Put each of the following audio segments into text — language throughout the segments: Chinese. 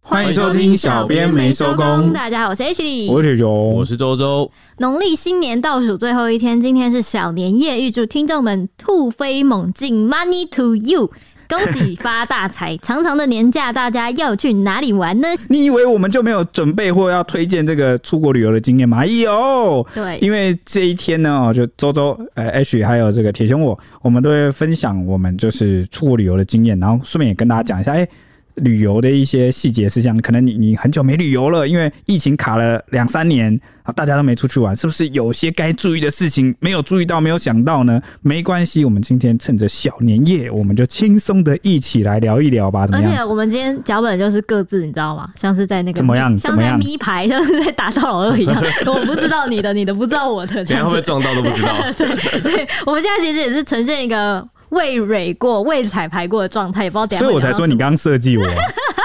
欢迎收听小编没收工大家好，我是 H 我 D。是熊，我是周周，农历新年倒数最后一天，今天是小年夜，预祝听众们突飞猛进，Money to you！恭喜发大财！长长的年假，大家要去哪里玩呢？你以为我们就没有准备或要推荐这个出国旅游的经验吗？哎有，对，因为这一天呢，哦，就周周、呃 H 还有这个铁熊我，我们都会分享我们就是出国旅游的经验，然后顺便也跟大家讲一下，哎、旅游的一些细节事项，可能你你很久没旅游了，因为疫情卡了两三年啊，大家都没出去玩，是不是有些该注意的事情没有注意到、没有想到呢？没关系，我们今天趁着小年夜，我们就轻松的一起来聊一聊吧，怎而么样？且我们今天脚本就是各自，你知道吗？像是在那个怎么样像怎么在样咪牌， 像是在打到老二一 样。我不知道你的，你的不知道我的，这等一下样会不子会。撞到都不知道。 对，我们现在其实也是呈现一个未蕊过、未彩排过的状态，也不知道等一下所以会我才聊到说什你么刚刚设计我，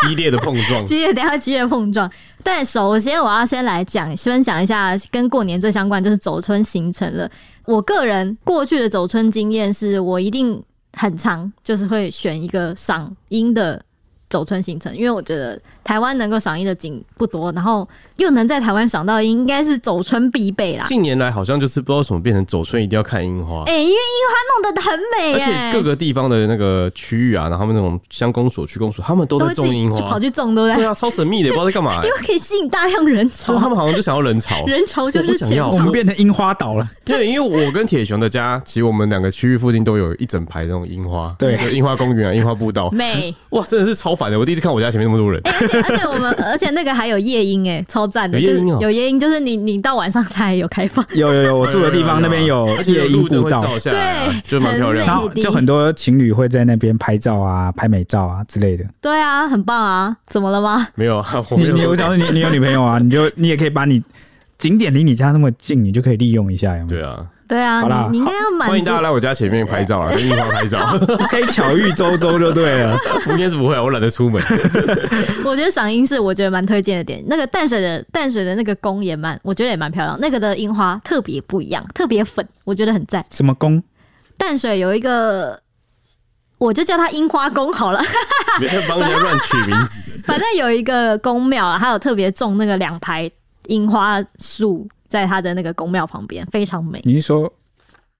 激烈的碰 撞，激烈，等一下激烈碰撞。但首先我要先来讲，分享一下跟过年最相关，就是走春行程了。我个人过去的走春经验是，我一定很长，就是会选一个赏樱的走春行程，因为我觉得台湾能够赏樱的景不多，然后又能在台湾赏到樱，应该是走春必备啦。近年来好像就是不知道为什么变成走春一定要看樱花哎、，因为樱花弄得很美、而耶且各个地方的那个区域啊，然后他们那种乡公所、区公所，他们都都在会自种己樱就跑花，去种，对不对 对？啊，超神秘的，也不知道在干嘛欸因。为可以吸引大量人就潮是，他们好像就想要人 潮，人潮就我不是想钱要 我潮们。变成樱花岛了。对，因为我跟铁熊的家，其实我们两个区域附近都有一整排那种樱花，对有樱花公园啊、樱花步 道，美，哇，真的是超烦的。我第一次看我家前面那么多人，而且而且我们而且那个还有夜莺哎，超赞的，有夜就是莺哦有夜莺，就是你你到晚上才有开放， 有有有，我住的地方那边 有啊而且夜莺路灯步会道，照下来啊对就蛮漂亮然的。后就很多情侣会在那边拍照啊、拍美照啊之类的。对啊，很棒啊，怎么了吗？没有啊，我没你有你说我想说你你有女朋友啊，你就你也可以把你景点离你家那么近，你就可以利用一下，有没对有？啊，对好啦啊，你你应该要满欢迎大家足。来我家前面拍照啊，跟樱花 拍照。可以巧遇周周就对 了。今天是不会啊，我懒得出门。 我觉得赏樱是我觉得蛮推荐的点，那个淡水的淡水的那个宫也蛮，我觉得也蛮漂亮，那个的樱花特别不一样，特别粉，我觉得很赞。什么宫？淡水有一个。我就叫它樱花宫好了，别帮人家乱取名字，反正有一个宫庙啊，它有特别种那个两排樱花树，在它的那个宫庙旁边，非常美。你是说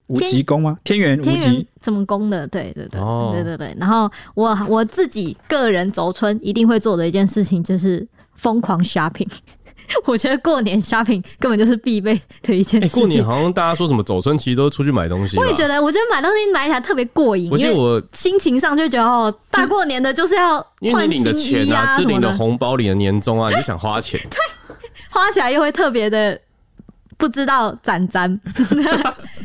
无极宫吗？天元无天元极。怎么攻的？对对对，哦对对对。然后我我自己个人走春一定会做的一件事情就是疯狂 shopping。我 觉得过年 shopping 根本就是必备的一件哎、事情。过年好像大家说什么走春，其实都出去买东西吧。我也觉得，我觉得买东西买起来特别过瘾，我记因得为我心情上就觉得哦，大过年的就是要因为换你领的新钱衣啊啊，什是么领的的，红包、领的年终啊，你就想花 钱。花起来又会特别的不知道攒攒，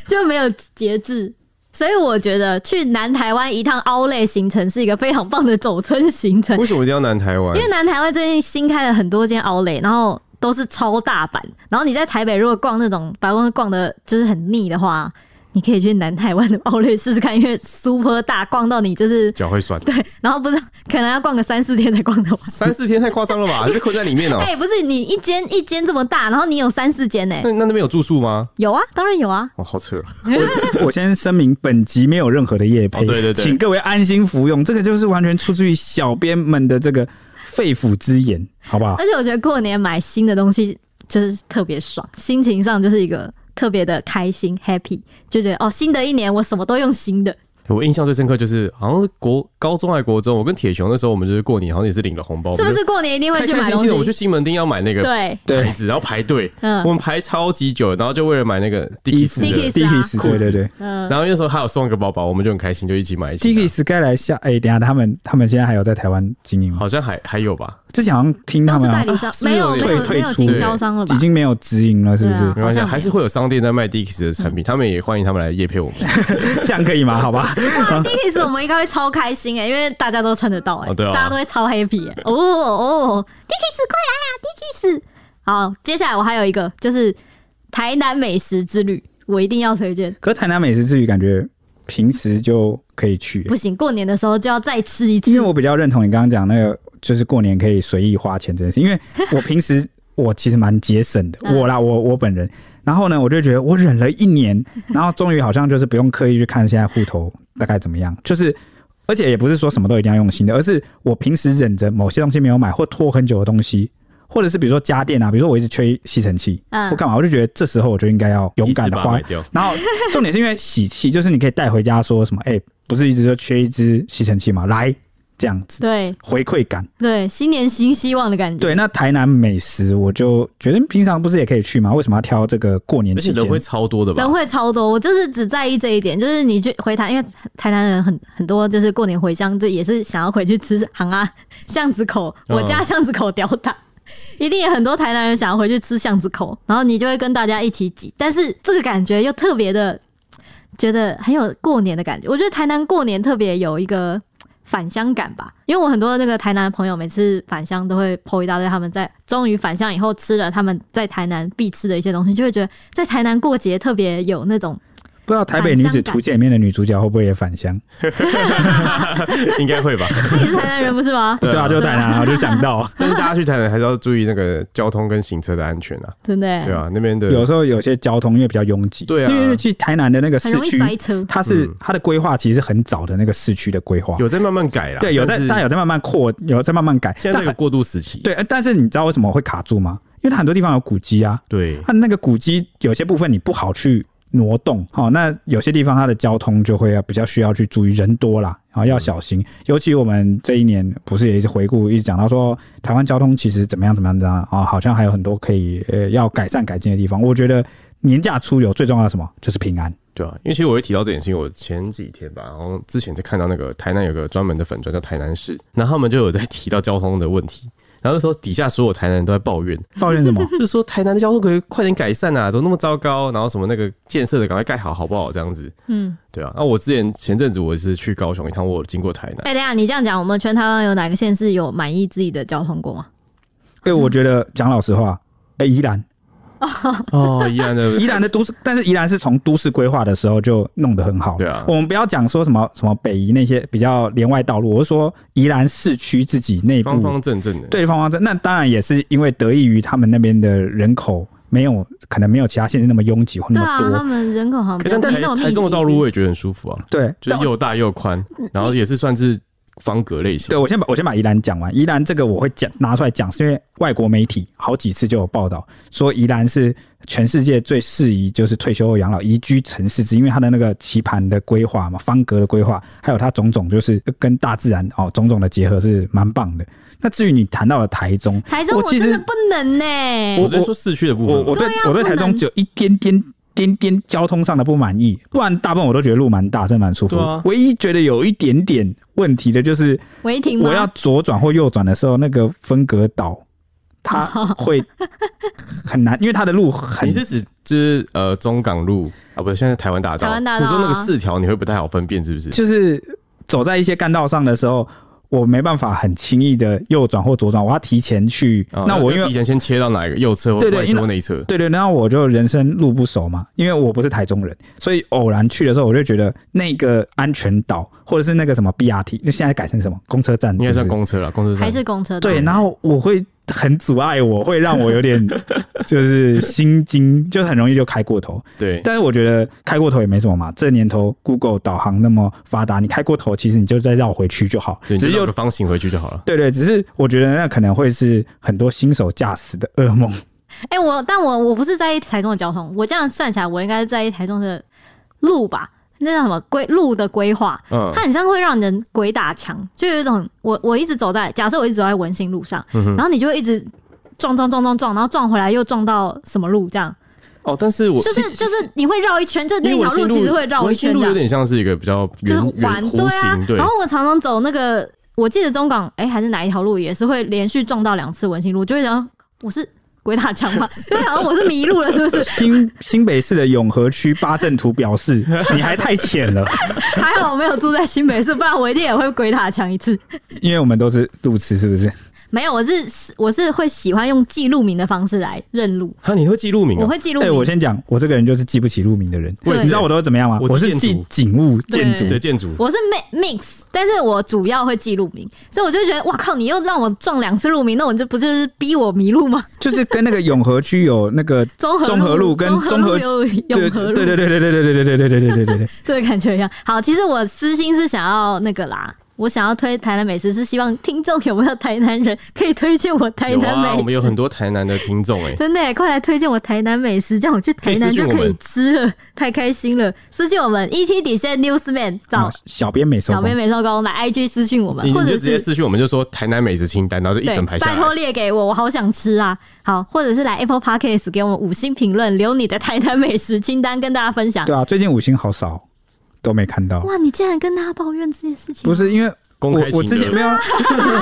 就没有节制。所以我觉得去南台湾一趟凹类行程是一个非常棒的走春行程，为什么一定要南台湾因？为南台湾最近新开了很多间 Outlet，然后都是超大版。然后你在台北如果逛那种百货公司逛的就是很腻的话，你可以去南台湾的 Outlet 试试看，因为 super 大，逛到你就是 脚会酸，对，然后不知道可能要逛个三四天才逛得完。三四天太夸张了吧？被困在里面哦、 哎、不是你一间一间这么大，然后你有三四间呢、那那那边有住宿吗？有啊，当然有啊。哦，好扯！我先声明，本集没有任何的夜配，哦对对对请各位安心服用。这个就是完全出自于小编们的这个肺腑之言，好不好？而且我觉得过年买新的东西就是特别爽，心情上就是一个特别的开心 happy，就觉得哦，新的一年我什么都用新的。我印象最深刻就是，好像是国高中还国中，我跟铁熊那时候，我们就是过年，好像也是领了红包，是不是过年一定我会们去就哦开买开东西心心的？我们去西门町要买那个对，牌子，然后排队，嗯我们排超级久，然后就为了买那个 Dickies 衣服的 Dickies 第啊一次，对对对。嗯，然后那时候他有送一个包包，我们就很开心，就一起买一起 d i 拿。 c k y 该来下，哎、等一下他们他们现在还有在台湾经营吗？好像还还有吧，之前好像听他都是们、代啊、理商，是不是没有有没点有退没有退出经销商了吧已？经没有直营了，是不是？对啊没关系，好像没有嗯还是会有商店在卖 Dickies 的产品，他们也欢迎他们来夜配我们。啊这样可以吗？好吧， 第一次我们应该会超开心哎、因为大家都穿得到哎、哦对啊大家都会超 happy 哎、哦哦，Dickies 快来啊，Dickies！好，接下来我还有一个就是台南美食之旅，我一定要推荐。可是台南美食之旅感觉平时就可以去、不行，过年的时候就要再吃一次因为。我比较认同你刚刚讲那个，就是过年可以随意花钱这件事，因为我平时 我其实蛮节省的，嗯我啦，我我本人。然后呢，我就觉得我忍了一年，然后终于好像就是不用刻意去看现在户头大概怎么样，就是而且也不是说什么都一定要用新的，而是我平时忍着某些东西没有买，或拖很久的东西，或者是比如说家电啊，比如说我一直缺吸尘器，嗯或干嘛，我就觉得这时候我就应该要勇一敢次的把它花买。掉。然后重点是因为喜气，就是你可以带回家说什么，哎、不是一直就缺一只吸尘器吗？来这样子对回馈感。对，新年新希望的感觉。对，那台南美食，我就觉得平常不是也可以去吗？为什么要挑这个过年而且期人间？会超多的吧人？会超多，我就是只在意这一点，就是你去回台，因为台南人很很多，就是过年回乡，就也是想要回去吃行啊巷子口，嗯我家巷子口屌打，一定有很多台南人想要回去吃巷子口，然后你就会跟大家一起挤，但是这个感觉又特别的，觉得很有过年的感觉。我觉得台南过年特别有一个返乡感吧，因为我很多那个台南的朋友每次返乡都会剖一大堆他们在终于返乡以后吃了他们在台南必吃的一些东西，就会觉得在台南过节特别有那种 不知道《台北女子图鉴》里面的女主角会不会也返乡？应该 会吧。他也是台南人不是吗？对对啊啊，就是台南啊，我就想到但是大家去台南还是要注意那个交通跟行车的安全啊，真的， 对啊，那边的有时候有些交通因为比较拥挤，对啊因为去台南的那个很市容易区，塞车。它是嗯它的规划其实是很早的那个市区的规划，有在慢慢改啦。对，有在，但啊但是有在慢慢扩，有在慢慢改，现在但那个过渡时期，对，呃但是你知道为什么会卡住吗？因为它很多地方有古迹啊，对它那个古迹有些部分你不好去挪动，哦，那有些地方它的交通就会要比较需要去注意人多啦，然、后要小心。尤其我们这一年不是也一直回顾，一直讲到说台湾交通其实怎么样怎么样怎么样啊、好像还有很多可以呃要改善改进的地方。我觉得年假出游最重要的什么就是平安，对啊，因为其实我会提到这件事情，我前几天吧，然后之前在看到那个台南有个专门的粉专叫台南市，然后他们就有在提到交通的问题，然后那时候底下所有台南人都在抱怨，抱怨什么？就是说台南的交通可以快点改善啊，怎么那么糟糕？然后什么那个建设的赶快盖好，好不好？这样子，嗯，对啊。那我之前前阵子我也是去高雄一趟，我有经过台南，哎、等一下你这样讲，我们全台湾有哪个县市有满意自己的交通过吗？因为我觉得讲老实话，哎、宜兰，哦，宜兰的宜兰的都市，但是宜兰是从都市规划的时候就弄得很好了。对啊我们不要讲说什么什么北宜那些比较连外道路，我是说宜兰市区自己内部方方正正的，对方方正，那当然也是因为得益于他们那边的人口没有可能没有其他县市那么拥挤或对那啊么，多。他们人口好像可比是较但没那么台密台中的集。道路我也觉得很舒服啊，对，就但是又大又宽，然后也是算是方格类型对，。我先把我先把宜兰讲完。宜兰这个我会讲拿出来讲，是因为外国媒体好几次就有报道说宜兰是全世界最适宜就是退休后养老宜居城市之一，因为它的那个棋盘的规划嘛，方格的规划，还有它种种就是跟大自然哦种种的结合是蛮棒的。那至于你谈到了台中，台中我我其真实的不能呢、我在说市区的部我分我嘛，对对啊我对不台中能只有一点点。点点交通上的不满意，不然大部分我都觉得路蛮大，真的蛮舒服。对啊唯一觉得有一点点问题的就是违停吗？我要左转或右转的时候，那个分隔岛它会很难，因为它的路很你是指就是呃中港路啊，不是现在台湾大道，台湾大道啊你说那个四条你会不太好分辨是不是？就是走在一些干道上的时候，我没办法很轻易的右转或左转，我要提前去。啊那我因要提为前先切到哪一个右侧或对对外因侧为或内侧？对对，那我就人生路不熟嘛，因为我不是台中人，所以偶然去的时候，我就觉得那个安全岛或者是那个什么 BRT，那现在改成什么公车站是不应是，该算公车了，公车还站是公车道对，然后我会很阻碍我，会让我有 点就是心惊，就很容易就开过头。对但是我觉得开过头也没什么嘛，这年头 Google 导航那么发达，你开过头其实你就再绕回去就好，对，只只是有又个方形回去就好了。对对，只是我觉得那可能会是很多新手驾驶的噩 梦。哎、我但我我不是在意台中的交通，我这样算起来，我应该是在意台中的路吧？那叫什么规路的规划？嗯它很像会让人鬼打墙，就有一种我我一直走在，假设我一直走在文心路上，嗯然后你就会一直撞撞撞撞撞，然后撞回来又撞到什么路，这样哦，但是我就是就是你会绕一圈，就因那为条文心其实会绕一文心圈路这有样，点像是一个比较就圆是圆环弧形，啊。对然，后我常常走那个，我记得中港哎、还是哪一条路也是会连续撞到两次文心路，就会想我是鬼打墙吗？就会想说我是迷路了是不 是？新新北市的永和区八阵图表 示，你还太浅了，还好我没有住在新北市，不然我一定也会鬼打墙一次。因为我们都是路痴，是不是？没有，我是我是会喜欢用记录名的方式来认路，啊，你会记录名我啊？会记录哎、名。我先讲，我这个人就是记不起路名的人。我也你是知道我都是怎么样吗？我我是是建记筑景物、建筑对、对，建筑我是 mi- mix，但是我主要会记录名，所以我就觉得，哇靠，你又让我撞两次路名，那我这不就是逼我迷路吗？就是跟那个永和区有那个综合综合路跟综综合合有对永和路对对对对对对对对对对对对对对，这个感觉一样。好，其实我私心是想要那个啦，我想要推台南美食，是希望听众有没有台南人可以推荐我台有南美啊，食？我们有很多台南的听众哎、真的耶，快来推荐我台南美食，这样我去台南就可可以私讯我以们吃了，太开心了！私信我们 ET 底线 Newsman 找啊小编没收小工编，美寿工来 IG 私信我们你，或你就者直接是。私讯我们就说台南美食清单，然后就一整排拜下托来。列给我，我好想吃啊！好，或者是来 Apple Podcast 给我们五星评论，留你的台南美食清单跟大家分享。对啊，最近五星好少，都没看到。哇，你竟然跟大家抱怨这件事情？不是因为公我开我请之前客没有，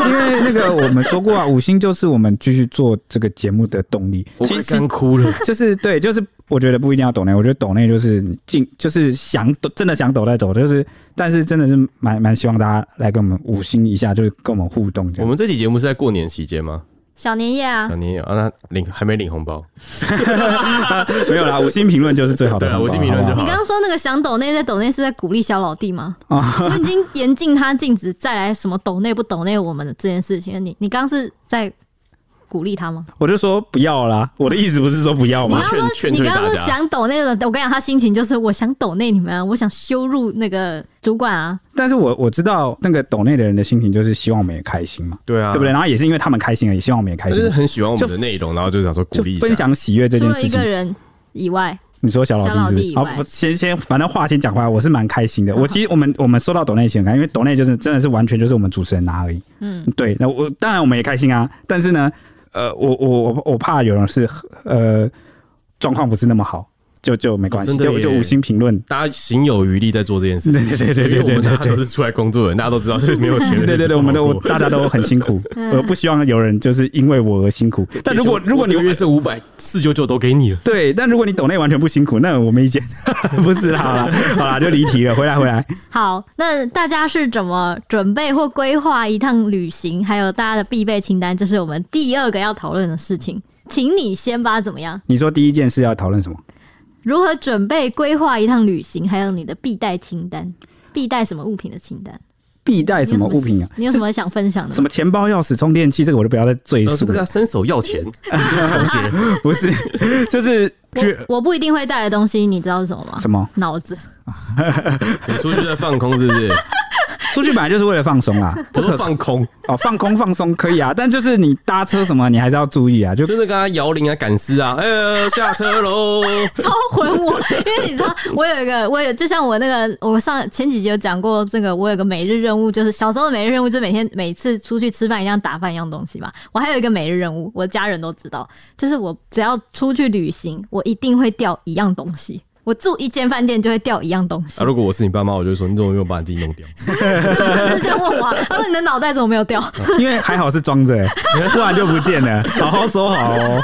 因为那个我们说过啊，五星就是我们继续做这个节目的动力。我其快实干 哭了。就是对，就是我觉得不一定要抖内，我觉得抖内就是你进，就是想抖，真的想抖再抖，就是但是真的是蛮蛮希望大家来跟我们五星一下，就是跟我们互动这我样。们这期节目是在过年期间吗？小年夜啊小，年夜啊，那领还没领红包， 没有啦，五星评论就是最好的对啊红包，五星评论就好好你刚刚说那个想抖内在抖内是在鼓励小老弟吗？啊我已经严禁他禁止再来什么抖内不抖内我们的这件事情。你你刚刚是在鼓励他吗？不好。我就说不要啦，我的意思不是说不要你嘛刚，刚说劝你劝退刚刚大说家想抖内的，我跟你讲，他心情就是我想抖内你们啊，我想羞辱那个主管啊。但是我我知道那个抖内的人的心情就是希望我们也开心嘛，对啊，对不对？？然后也是因为他们开心而已，希望我们也开他就心是，很喜欢我们的内容，然后就想说鼓就励一分下。享喜悦这除件了事一情个。人以外，你说小老小老弟弟以是外不是？好，不先先，反正话先讲回来，我是蛮开心的。我其实我们我们收到抖内前感，因为抖内就是真的是完全就是我们主持人拿而已。嗯，对。那我当然我们也开心啊，但是呢，呃，我我我我怕有人是呃状况不是那么好，就就没关系，哦真的就耶就五星评 论。大家行有余力在做这件事情，对对对对对因为我对们对大家都是出来工作的人，大家都知道就是没有钱的日 子对对对，我们的不好我 过大家都很辛苦，我不希望有人就是因为我而辛苦。但如果如果你我这个月是五百四九九都给你了，对，但如果你抖内完全不辛苦，那我没意见。 不是啦，好啦，好啦，就离题了，回来回来。好，那大家是怎么准备或规划一趟旅行？还有大家的必备清单，这是我们第二个要讨论的事情。请你先吧，怎么样？你说第一件事要讨论什么？如何准备规划一趟旅行？还有你的必带清单，必带什么物品的清单？必带你有什么物品啊？你有什么想分享的什吗？么钱包、钥匙、充电器，这个我就不要再赘老述师这个了。要伸手要 钱，同学，不是，就是去我啊不一定会带的东西，你知道是什么吗？什么脑子？你出去在放空是 不是？出去本来就是为了放松啦。我说放 空，哦，放空放松可以啊，但就是你搭车什么，你还是要注意啊。就真的跟他摇铃啊、赶尸啊，哎呦下车喽！超混我，因为你知道，我有一个， 我有就像我那个，我上前几集有讲过这个，我有个每日任务，就是小时候的每日任务，就是每天每次出去吃饭一样打饭一样东西嘛。我还有一个每日任务，我家人都知道，就是我只要出去旅行，我一定会掉一样东西。我住一间饭店就会掉一样东西啊，，如果我是你爸妈，我就说你怎么没有把你自己弄掉？就是这样问我、啊，他说你的脑袋怎么没有掉？ 因为还好是装着、欸，不然就不见了。好好收好哦。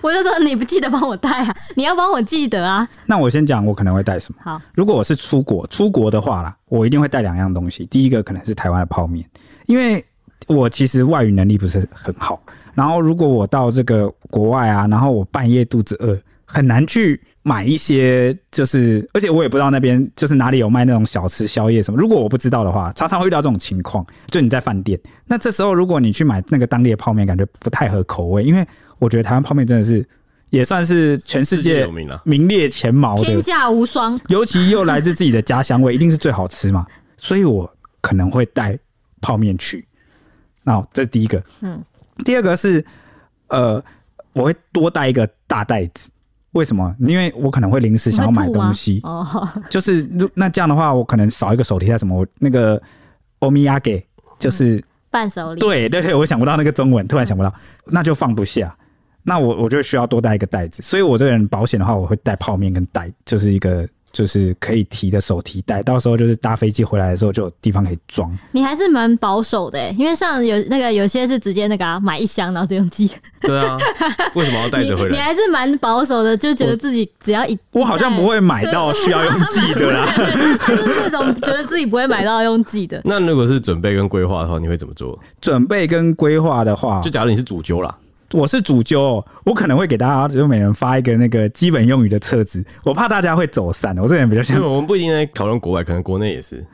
我就说你不记得帮我带啊，你要帮我记得啊。那我先讲我可能会带什么。好，如果我是出国，出国的话啦，我一定会带两样东西。第一个可能是台湾的泡面，因为我其实外语能力不是很好。然后如果我到这个国外啊，然后我半夜肚子饿，很难去买一些，就是而且我也不知道那边就是哪里有卖那种小吃宵夜什么。如果我不知道的话，常常会遇到这种情况，就你在饭店，那这时候如果你去买那个当地的泡面，感觉不太合口味，因为我觉得台湾泡面真的是。也算是全世世界界有名啊名列前茅的，天下无双，尤其又来自自己的家乡味，一定是最好吃嘛。所以我可能会带泡面去。那这是第一个，嗯嗯，第二个是呃，我会多带一个大袋子。为什么？因为我可能会临时想要买你会吐吗东西，哦， 就是如那这样的话，我可能少一个手提袋什么，我那个欧米亚给就是伴手礼。对对对，我想不到那个中文，突然想不到，那就放不下。那我我就需要多带一个袋子，所以我这个人保险的话，我会带泡面跟带，就是一个就是可以提的手提袋，到时候就是搭飞机回来的时候就有地方可以装。你还是蛮保守的欸，因为像有那个有些是直接那个、啊、买一箱然后直接用 寄，对啊，为什么要带你着回你来？。还是蛮保守的，就觉得自己只要一 我好像不，会买到需要用寄的啦，一袋就是那种觉得自己不会买到用寄的那如果是准备跟规划的话，你会怎么做？ 准备跟规划的话就，假如你是主揪 啦，我是主揪哦，我可能会给大家就每人发一个那个基本用语的册子，我怕大家会走散。我这个人比较因像为我们不一定在讨论国外，可能国内也是。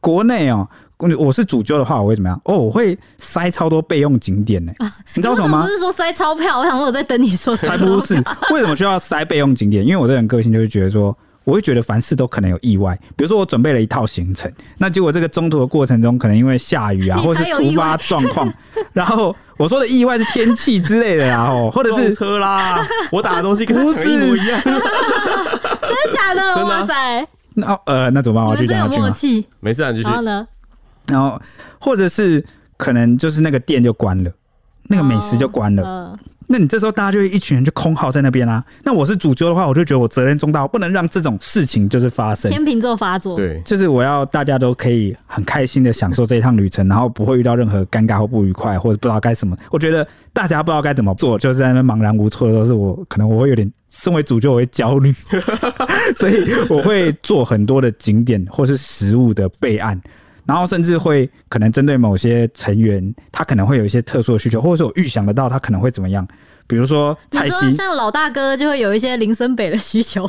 国内哦，我我是主揪的话，我会怎么样？哦，我会塞超多备用景点呢、你知道为什么你吗不？是说塞钞票？我想说我在等你说 才塞钞不票是，为什么需要塞备用景点？因为我这人个性就是觉得说，我会觉得凡事都可能有意外。比如说我准备了一套行程，那结果这个中途的过程中，可能因为下雨啊，你才或者是有突意外发状况，然后我说的意外是天气之类的啦，哦，或者撞是 车啦，我打的东西跟他不抢一模是一样。 真的假的？真的啊哇塞，那呃，那怎么办？你我们就真讲有下去默吗？契。没事啊，继续然。后呢？然后或者是可能就是那个店就关了，那个美食就关了。嗯，那你这时候大家就会一群人就空耗在那边啊。那我是主揪的话，我就觉得我责任重大，我不能让这种事情就是发生。天秤座发作，对，就是我要大家都可以很开心的享受这一趟旅程，然后不会遇到任何尴尬或不愉快，或者不知道该什么。我觉得大家不知道该怎么做，就是在那边茫然无措的时候，是我可能我会有点身为主角我会焦虑， 所以我会做很多的景点或是食物的备案。然后甚至会可能针对某些成员，他可能会有一些特殊的需求，或者是我预想得到他可能会怎么样，比如 说你蔡说西，像老大哥就会有一些林森北的需 求，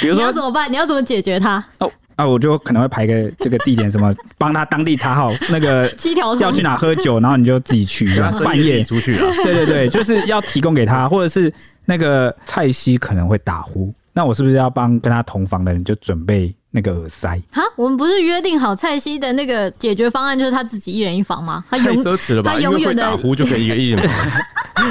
比如你说要怎么办？你要怎么解决他？哦啊，我就可能会排个这个地点什么，帮他当地查好那个 七条要通去哪喝酒，然后你就自己 去，给他然后深半夜自己夜，出去啊。对对对，就是要提供给他，或者是那个蔡西可能会打呼，那我是不是要帮跟他同房的人就准备那个耳塞？哈，我们不是约定好蔡西的那个解决方案就是他自己一人一房吗？他太永奢侈了 吧？他因永为会远的打呼就可以一个一人嘛。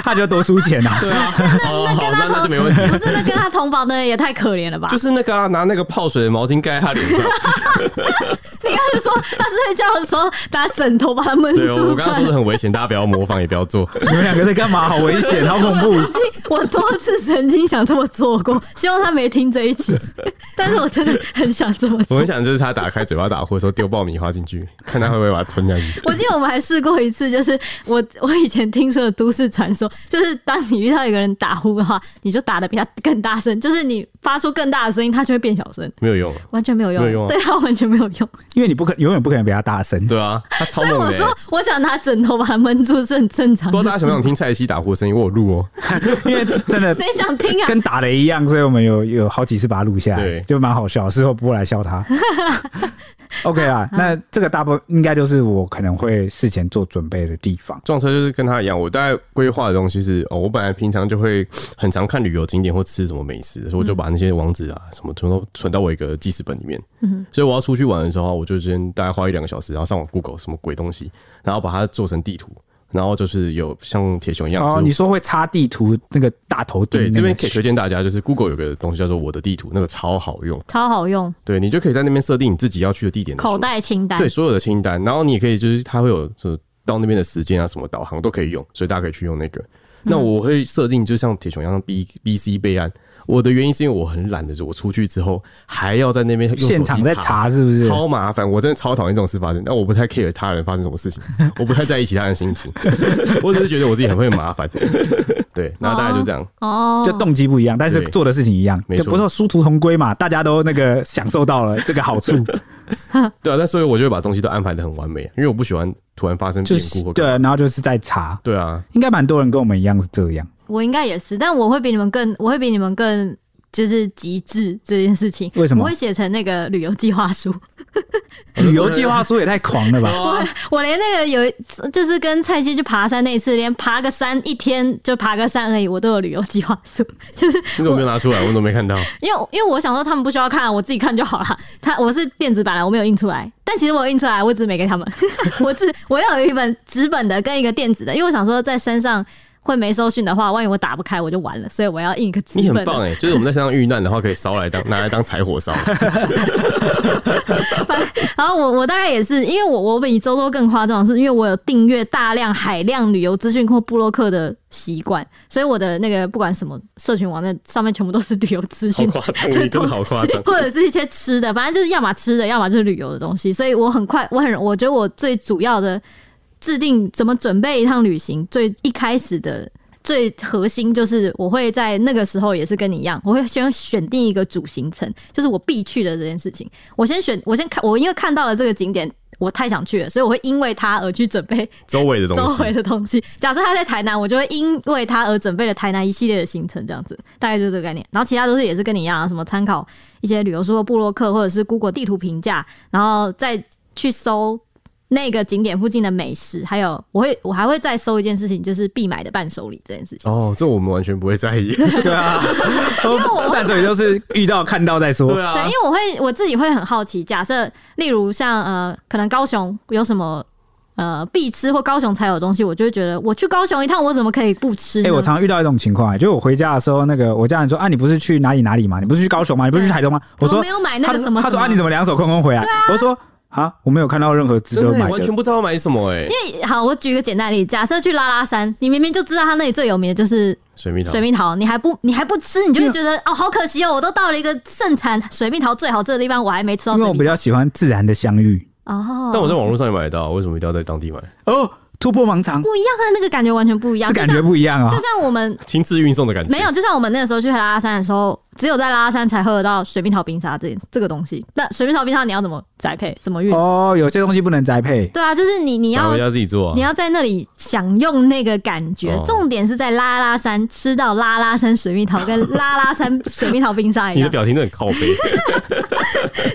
他就多出钱啊，对啊，好好，那那就没问题。 不是那跟他同房的人也太可怜了吧？就是那个啊，拿那个泡水的毛巾盖在他脸上。 你刚才说他睡觉的时候拿枕头把他闷对，住我刚刚说的算。很危险，大家不要模仿，也不要做。你们两个在干嘛？好危险， 好恐怖！曾经我多次曾经想这么做过，希望他没听这一集， 但是我真的很想这么我做很。想就是他打开嘴巴打呼的时候丢爆米花进去，看他会不会把它吞下去。 我记得我们还试过一次，就是我我以前听说的都市传说，就是当你遇到一个人打呼的话，你就打的比他更大声，就是你发出更大的声音，他就会变小声，没有用，完全没有用，没有用啊对他完全没有用。因为你不可永远不可能比他大声， 对啊，他 超所以猛我的欸、说，我想拿枕头把他闷住啊是很正常不知道的大家事想不。想听蔡西打呼的声音？我有录哦、因为真的谁想听啊？跟打的一样，所以我们有有好几次把它录下来对，就蛮好笑，事后不会来笑 他。OK 啊，嗯那这个大部分应该就是我可能会事前做准备的地方。撞车就是跟他一样，我大概规划的东西是哦，我本来平常就会很常看旅游景点或吃什么美食，所以我就把那些网址啊什么全都存到我一个记事本里面。所以我要出去玩的时候啊，我就先大概花一两个小时，然后上网 Google 什么鬼东西，然后把它做成地图，然后就是有像铁熊一样。哦，就是你说会插地图那个大头钉、对，那个这边可以推荐大家，就是 Google 有个东西叫做我的地图，那个超好用。超好用，对你就可以在那边设定你自己要去的地点的口所袋清单。对所有的清单，然后你也可以就是它会有就是到那边的时间啊，什么导航都可以用，所以大家可以去用那个。嗯那我会设定就像铁熊一样 B B C 备案，我的原因是因为我很懒的，就是我出去之后还要在那边用手机现场在查。查是不是？超麻烦，我真的超讨厌这种事发生。但我不太 care 他人发生什么事情，我不太在意其他人的心情， 我只是觉得我自己很会麻烦。对，然后大概就这样。哦，就动机不一样，但是对做的事情一样，没错就不是殊途同归嘛，大家都那个享受到了这个好 处，对啊，但所以我就会把东西都安排的很完美，因为我不喜欢突然发生就变故是或对，然后就是在查，对啊，应该蛮多人跟我们一样是这哦样。我应该也是，但我会比你们更，我会比你们更就是极致这件事情。为什么我会写成那个旅游计划书，旅游计划书也太狂了吧！ 哦我连那个有一次就是跟蔡西去爬山那一次，连爬个山一天就爬个山而已，我都有旅游计划书， 就是你怎么没有拿出来？我怎么没看到？因为因为我想说他们不需要看，我自己看就好了。他我是电子版的，我没有印出来，但其实我有印出来，我只是没给他们。 我只我要有一本纸本的跟一个电子的，因为我想说在山上会没收讯的话，万一我打不开我就完了，所以我要印一个纸你很本棒的。哎、就是我们在山上遇难的话，可以烧 来当拿来当柴火烧。 然后我我大概也是，因为我我比周周更夸张，是因为我有订阅大量海量旅游资讯或布洛克的习惯，所以我的那个不管什么社群网站上面全部都是旅游资讯，好夸张你真的好夸 张或者是一些吃的，反正就是要么吃的，要么就是旅游的东西。所以我很快，我很我觉得我最主要的制定怎么准备一趟旅行，最一开始的。最核心就是我会在那个时候也是跟你一样，我会先选定一个主行程，就是我必去的这件事情。我先选，我先看，我因为看到了这个景点，我太想去了，所以我会因为它而去准备周围的东周西围，的东西。假设他在台南，我就会因为他而准备了台南一系列的行程，这样子，大概就是这个概念。然后其他都是也是跟你一样、啊，什么参考一些旅游书、部落客或者是 Google 地图评价，然后再去搜。那个景点附近的美食，还有我会我还会再搜一件事情，就是必买的伴手礼这件事情。哦，这我们完全不会 在意。对啊， 我伴手礼都是遇到看到再说。啊对，因为我会我自己会很好奇，假设例如像呃，可能高雄有什么呃必吃或高雄才有的东西，我就会觉得我去高雄一趟，我怎么可以不吃哎、呢？我常常遇到一种情况、欸，就我回家的时候，那个我家人说啊，你不是去哪里哪里吗？你不是去高雄吗？你不是去台东吗？我怎说么没有买那个他什么他什说么啊，你怎么两手空空回来？我说啊，我没有看到任何值真得的买完全的。不知道买什么哎。因为好，我举一个简单的例子，假设去拉拉山，你明明就知道它那里最有名的就是水蜜桃水，蜜桃，你还不你还不吃，你就会觉得哦，好可惜哦，我都到了一个盛产水蜜桃最好吃的地方，我还没吃到因为水我蜜比桃。较喜欢自然的相遇。哦，但我在网络上也买得到，为什么一定要在当地买？哦，突破盲肠不一样啊，那个感觉完全不一样，是就感像觉不一样啊、就像我们亲自运送的感觉。没有，，就像我们那个时候去拉拉山的时候，只有在拉拉山才喝得到水蜜桃冰沙这这个东西。那水蜜桃冰沙你要怎么栽培？怎么运？哦，有些东西不能栽配。 对啊，就是你你拿要回家自己做啊你。要在那里享用那个感觉。哦重点是在拉拉山吃到拉拉山水蜜桃，跟拉拉山水蜜桃冰沙一 你的样。表情真的很靠 背，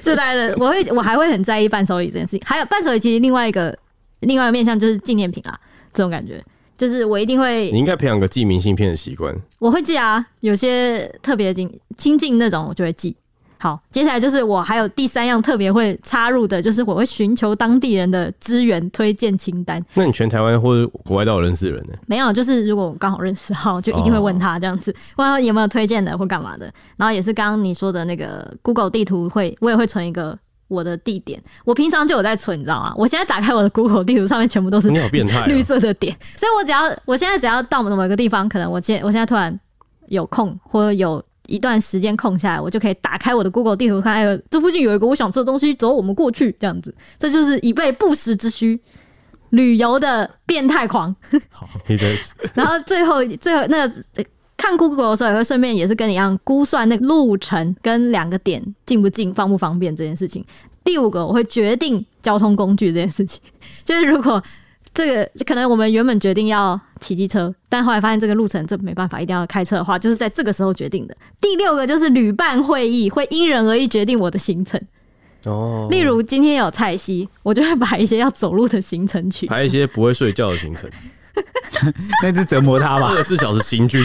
就在那，我会我还会很在意伴手礼这件事情。还有伴手礼其实另外一个另外一个面向就是纪念品啊，这种感觉。就是我一定会你，应该培养个寄明信片的习惯。我会记啊，有些特别近亲近那种，我就会记。好，接下来就是我还有第三样特别会插入的，就是我会寻求当地人的资源推荐清单。那你全台湾或者国外都有认识的人呢？欸 没有，就是如果我刚好认识他，我就一定会问他这样子，问他有没有推荐的或干嘛的。然后也是刚刚你说的那个 Google 地图会，我也会存一个我的地点。我平常就有在存，你知道吗？我现在打开我的 Google 地图，上面全部都是你好变态啊绿色的点，所以我只要我现在只要到某一个地方，可能我现我现在突然有空或者有。一段时间空下来，我就可以打开我的 Google 地图看，哎呦，这附近有一个我想吃的东西，走，我们过去，这样子，这就是以备不时之需，旅游的变态狂。好，你 的然后最后最后那个呃看 Google 的时候，也会顺便也是跟你一样估算那个路程跟两个点近不近、方不方便这件事情。第五个，我会决定交通工具这件事情， 就是如果这个可能我们原本决定要骑机车，但后来发现这个路程这没办法，一定要开车的话，就是在这个时候决定的。第六个就是旅伴会议会因人而异决定我的行程，哦，例如今天有菜系，我就会把一些要走路的行程取消排一些不会睡觉的行程，那是折磨他吧 二？十四小时行军，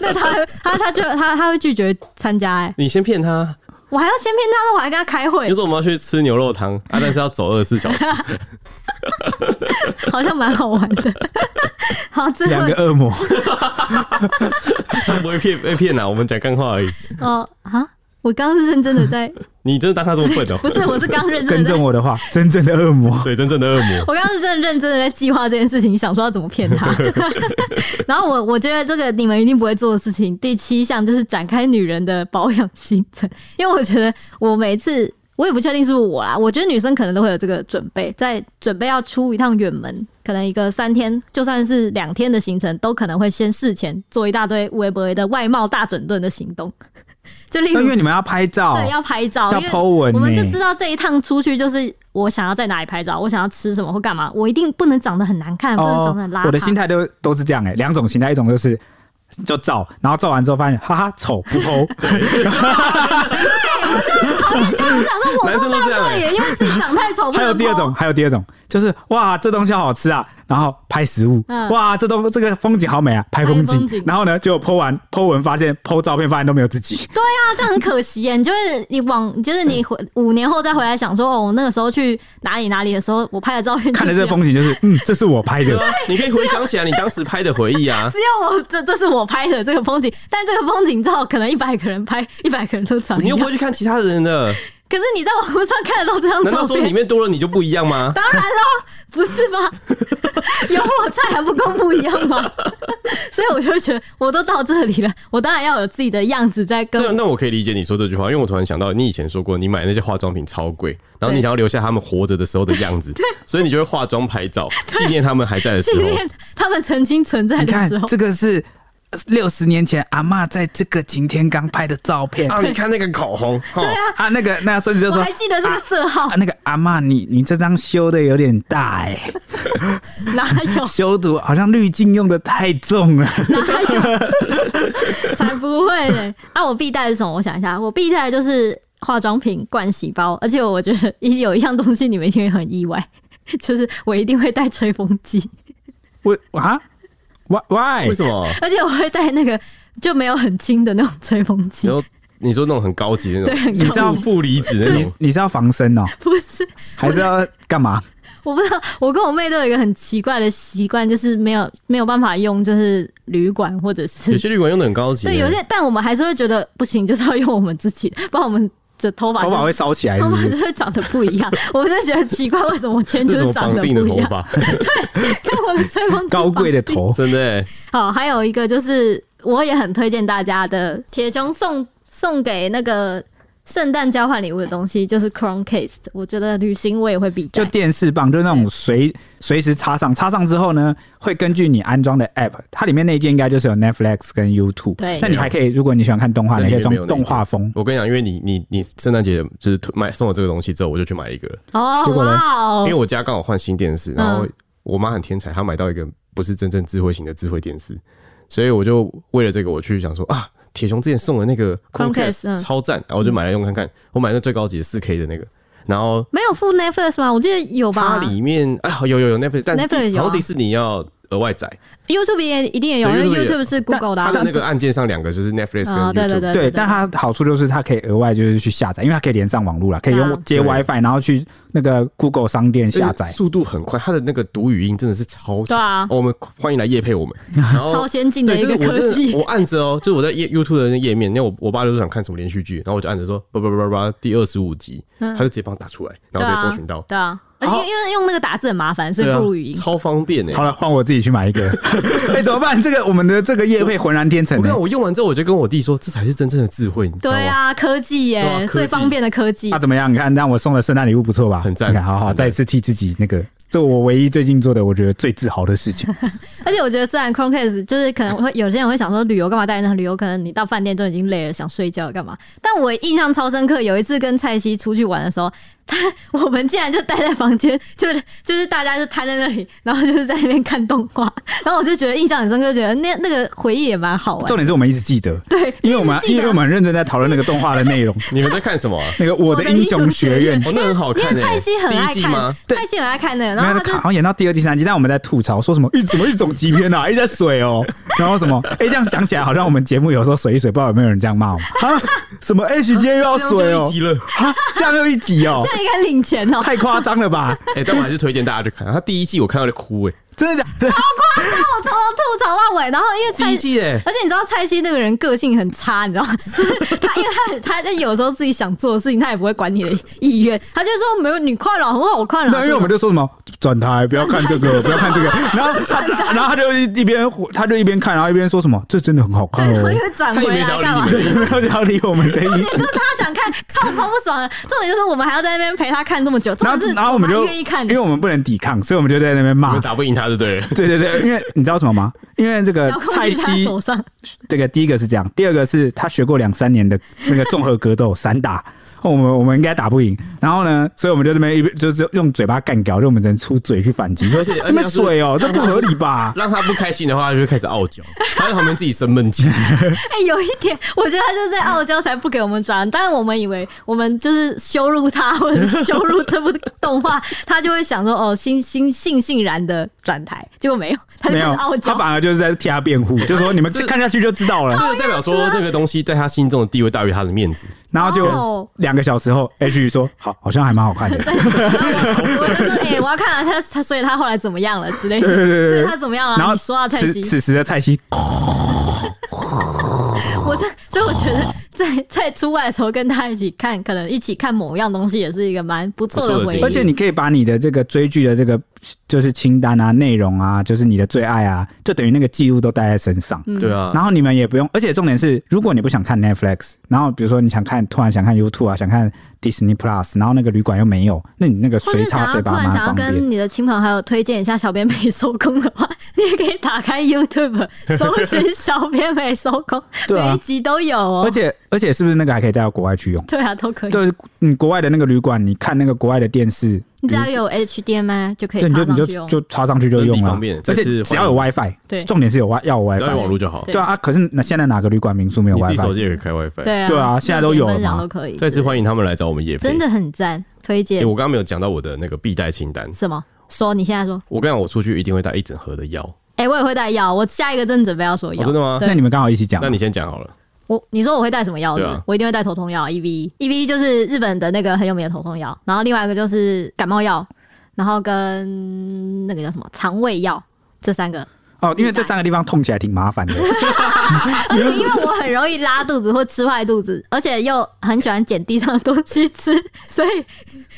那他他他就他他会拒绝参加哎、你先骗他，我还要先骗他，那我还跟他开你会就，说我们要去吃牛肉汤啊，但是要走二十四小 时，好像蛮好玩的。好，最两后个恶魔，他不会骗被骗啊，我们讲干话而已。哦啊，我刚刚是认真的在，你真的当他这么笨哦、不是，我是刚认真更的在正，我的话，真正的恶魔。对，真正的恶魔。 我刚刚是真的认真的在计划这件事情，想说要怎么骗他。然后我我觉得这个你们一定不会做的事情，第七项就是展开女人的保养行程，因为我觉得我每次。我也不确定是不是我啊，我觉得女生可能都会有这个准备，在准备要出一趟远门，可能一个三天，就算是两天的行程，都可能会先事前做一大堆微博的外貌大整顿的行动， 就例如那因为你们要拍照，哎对，要拍照，哦要因为 po 文我们就呢知道这一趟出去就是我想要在哪里拍照，我想要吃什么或干嘛，我一定不能长得很难看，不能长得很邋遢。哦我的心态都都是这样哎、两种心态，一种就是就照，然后照完之后发现哈哈丑不剖，我想说， 我男都生都到这样欸这里了，因为自己长太丑，不还能有第二 po 种，还有第二种就是哇这东西好好吃啊，然后拍食物，嗯哇这东这个风景好美啊，拍风景，拍风景然后呢就剖完剖文发现剖照片发现都没有自 己，对啊，这样很可惜耶！你就是你往，就是你回五年后再回来想说，哦，我那个时候去哪里哪里的时候，我拍的照片，看了这个，风景啊就是嗯这是我拍的 对，啊，你可以回想起来你当时拍的回忆啊只。有我这这是我拍的这个风景，但这个风景照可能一百个人拍，一百个人都长一你又样不。会去看其他人的，可是你在网络上看得到这张难道照说里片，面多了你就不一样吗？当然喽，不是 吗？有我在还不够不一样吗？所以我就会觉得，我都到这里了，我当然要有自己的样子在跟对，啊那我可以理解你说这句话，因为我突然想到，你以前说过你买那些化妆品超贵，然后你对想要留下他们活着的时候的样 子，所以你就会化妆拍照，纪念他们还在的时纪候。念他们曾经存在你的看时候。这个是。六十年前，阿嬷在这个晴天刚拍的照片啊，你看那个口红，对啊啊，那个那孙子就我说还记得这个色号啊，，那个阿嬷，你你这张修的有点大哎、啊哪 有修图好像滤镜用的太重 了。才不会嘞！啊，我必带的是什么？我想一下，我必带的就是化妆品、盥洗包，而且我觉得一有一样东西你们一定会很意外， 就是我一定会带吹风机，我啊，why why？为 什么？而且我会带那个就没有很轻的那种吹风机然，后你说那种很高级的那对，种，很你是高要级负离子那你种，你是要防身哦，不是，还是要干嘛？我不知道，我跟我妹都有一个很奇怪的习惯，就是没有没有办法用，就是旅馆或者 有是些旅馆用的很高级。对有些，但我们还是会觉得不行，就是要用我们自己的，不然我们的头发头就发会烧起来是头不？发就是会长得不一样，我就觉得奇怪，为什么我今天这就是什是么长绑得不定的头一样？发？ 跟我的吹风机高绑贵的头，真的欸，好，还有一个就是，我也很推荐大家的铁熊送送给那个圣诞交换礼物的东西，就是 Crown Case。我觉得旅行我也会必就，带电视棒，就那种随随时插上，插上之后呢，会根据你安装的 App，它里面那一件应该就是有 Netflix 跟 YouTube。对那你还可以，如果你喜欢看动画，那你里可以面装没有那一动画件风。我跟你讲，因为你你你圣诞节就是推买送我这个东西之后，我就去买了一个了，哦，结果呢哇因为哦，嗯我家刚好换新电视，然后我妈很天才，她买到一个不是真正智慧型的智慧电视，所以我就为了这个我去想说啊。铁熊之前送的那个 Chromecast，嗯超赞，然后我就买来用看看。我买的最高级的四 K 的那个，然后没有付 Netflix 吗？我记得有吧它里面哎有有有 Netflix，但嗯 Netflix 有啊然后迪士尼要额外载， ，YouTube 也一定也有，对因为 YouTube YouTube 是 Google 的它啊 的那个按键上两个就是 Netflix 跟啊，对对 YouTube，对对，但它好处就是它可以额外就是去下载，因为它可以连上网络了，可以对啊用接对 WiFi，然后去那个 Google 商店下载而且。速度很快，它的那个读语音真的是超对强。啊，哦我们欢迎来夜配 我们，然后超先进的哦对，一就是个我真科的技我，按着哦，就是我在页 YouTube 的那页面，那我我爸就是想看什么连续剧，然后我就按着说叭叭叭叭第二十五集，他就直接帮我打出来，然后直接搜寻到，嗯对啊，而且因为因为用那个打字很麻烦，所对以啊不如语音。超方便欸呢。好了，换我自己去买 一个。哎、怎么办？这个我们的这个业配浑然天成、我看欸。我用完之后，我就跟我弟说，这才是真正的智慧，你知道对吗？啊，科技对啊科耶，技最方便的科技那、。怎么样？你看，让我送的圣诞礼物不错吧？很赞你看，好好，很赞再一次替自己那个，这我唯一最近做的，我觉得最自豪的事情。 而且我觉得，虽然 Chromecast 就是可能会有些人会想说旅游干嘛带那旅游，可能你到饭店都已经累了，想睡觉干嘛？但我印象超深刻，有一次跟蔡西出去玩的时候，他我们竟然就待在房间，就是就是大家就瘫在那里，然后就是在那边看动画， 然后我就觉得印象很深刻，觉得嗯那那个回忆也蛮好玩重。点是我们一直记得，对，哦因为我们啊一直记因得为我们很认真在讨论那个动画的 内容，你们在看什么啊？那个《我的英雄学院》。哦，那很好因看为诶。蔡西很爱第一季吗 看？，蔡西很爱看那个，然后有，他就好像演到第二、第三集，但我们在吐槽说什么一怎么一种级片啊，一直在水 哦，然后什么哎、这样讲起来好像我们节目有时候水一水，不知道有没有人这样 骂我们啊？什么 H 今天又要水哦急了。啊，这样又一集哦，他应该领钱哦、太夸张了吧？哎，但我还是推荐大家去看。他第一季我看到就哭哎，真的假的？我从头哦吐槽到尾，然后因为第蔡一季哎，而且你知道蔡西那个人个性很差，你知道吗？ 就是他，因为他他在有时候自己想做的事情，他也不会管你的意愿，他就说没有你快了，很好快了。那因为我们就说什么转台，不要看这 个，不要看这个，然后他然后他就一一边他就一边看，然后一边说什么这真的很好看对，然哦后，又转他也回没来想干要嘛理？ 对，没有要理我们的意 就是思。他想看，看我超不爽的。重点就是我们还要在那边陪他看这么久，重然后点是然后我们就还愿意看因，为我们不能抵抗，所以我们就在那边我骂们。打不赢他就对了。对对对，因为你知道什么吗？因为这个遥控蔡器在他西，手上，这个第一个是这样，第二个是他学过两三年的那个综合格斗散打，哦我们我们应该打不赢。然后呢，所以我们就这边一边就是用嘴巴干掉，就我们只能出嘴去反击。而且而你且们要是水哦，这不合理吧？让他不开心的话，他就会开始傲娇，他在旁边自己生闷气。哎、有一点，我觉得他就是在傲娇才不给我们转，但是我们以为我们就是羞辱他，或者是羞辱这部动画，他就会想说哦，欣欣悻悻然的转台，结果没有，他就没是有傲，娇他。反而就是在替他辩 护，就说你们这看下去就知道啊了。这个代表说那个东西在他心中的地位大于他的面子。然后哦就两个小时后，H 说好，好像还蛮好看的。 在然后我我就说，哎、我要看了他，他所以他后来怎么样了之类的，对对对所以他怎么样了？然后你说到啊蔡此西，此时的蔡西，我这所以我觉得在在出外的时候跟他一起看，可能一起看某样东西也是一个蛮不错不错的的回经忆验而。且你可以把你的这个追剧的这个就是清单啊、内容啊，就是你的最爱啊，就等于那个记录都带在身上。嗯对啊，然后你们也不用，而且重点是，如果你不想看 Netflix，然后比如说你想看，突然想看 YouTube 啊，想看 Disney Plus，然后那个旅馆又没有，那你那个或随是插想随要突拔然蛮想要方便。跟你的亲朋好友推荐一下小编没收工的话， 你也可以打 开 YouTube 搜寻小编没收工，对啊每一集都有而哦。且而且是不是那个还可以带到国外去用？对啊，都可以。对，嗯，国外的那个旅馆，你看那个国外的电视，你只要有 HDMI 就可以对，你就插你上就去用。就插上去就用真的了，方便而且这次只要有换 WiFi，对重点是有 Wi 要有只要有网 WiFi，络就好。对对啊啊，可是那现在哪个旅馆民宿没有你自己手 WiFi？机也可以开 WiFi。对啊，对啊现在都有了嘛热点分享都可以。再次欢迎他们来找我们夜配。真的很赞，推欸荐我刚刚没有讲到我的那个必带清单。什么？说你现在说，我跟你讲，我出去一定会带一整盒的药。哎，我也会带药，我下一个正准备要说哦药真。的吗？那你们刚好一起讲那，你先讲好了。我你说我会带什么药？对是啊不是我一定会带头痛药，EV，E EV 就是日本的那个很有名的头痛药，然后另外一个就是感冒药，然后跟那个叫什么肠胃药，这三个。哦，因为这三个地方痛起来挺麻 烦的，而且 因为我很容易拉肚子或吃坏肚子，而且又很喜欢捡地上的东西吃， 所以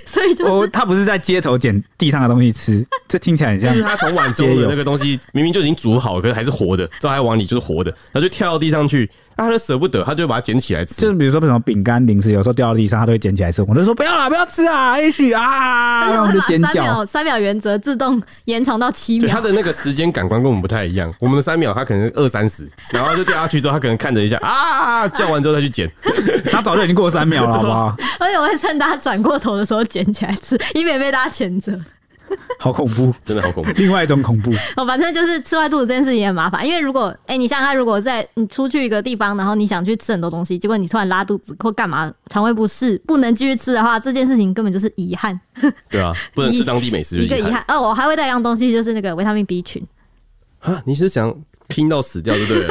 所以就是哦，他不是在街头捡地上的东西吃，这听起来很像就是他从碗中的那个东西明明就已经煮好，可是还是活的，这还往里就是活的，他就跳到地上去，啊那他就舍不得，他就把它捡起来就吃。是比如说什么饼干、零食，有时候掉到地上，他都会捡起来吃。我就说不要啦，不要吃啊，H 啊， 然后我们就尖哎三叫。秒三秒原则自动延长到七 对秒他。的那个时间感官跟我们不太一样，我们的三秒他可能二三十，然后就掉下去之后，他可能看着一下啊，叫完之后再去捡。他早就已经过三秒了，好不 好？而且我会趁大家转过头的时候捡起来吃，以免被大家谴责。好恐怖，真的好恐怖。另外一种恐怖。 哦，反正就是吃坏肚子这件事情也很麻烦，因为如果哎、你想想看，如果在你出去一个地方，然后你想去吃很多东西，结果你突然拉肚子或干嘛，肠胃不适，不能继续吃的话，这件事情根本就是遗憾，对啊，不能吃当地美食一个就遗遗憾憾。哦，我还会带一样东西，就是那个维他命 B 群，啊！你是想拼到死掉就 对了，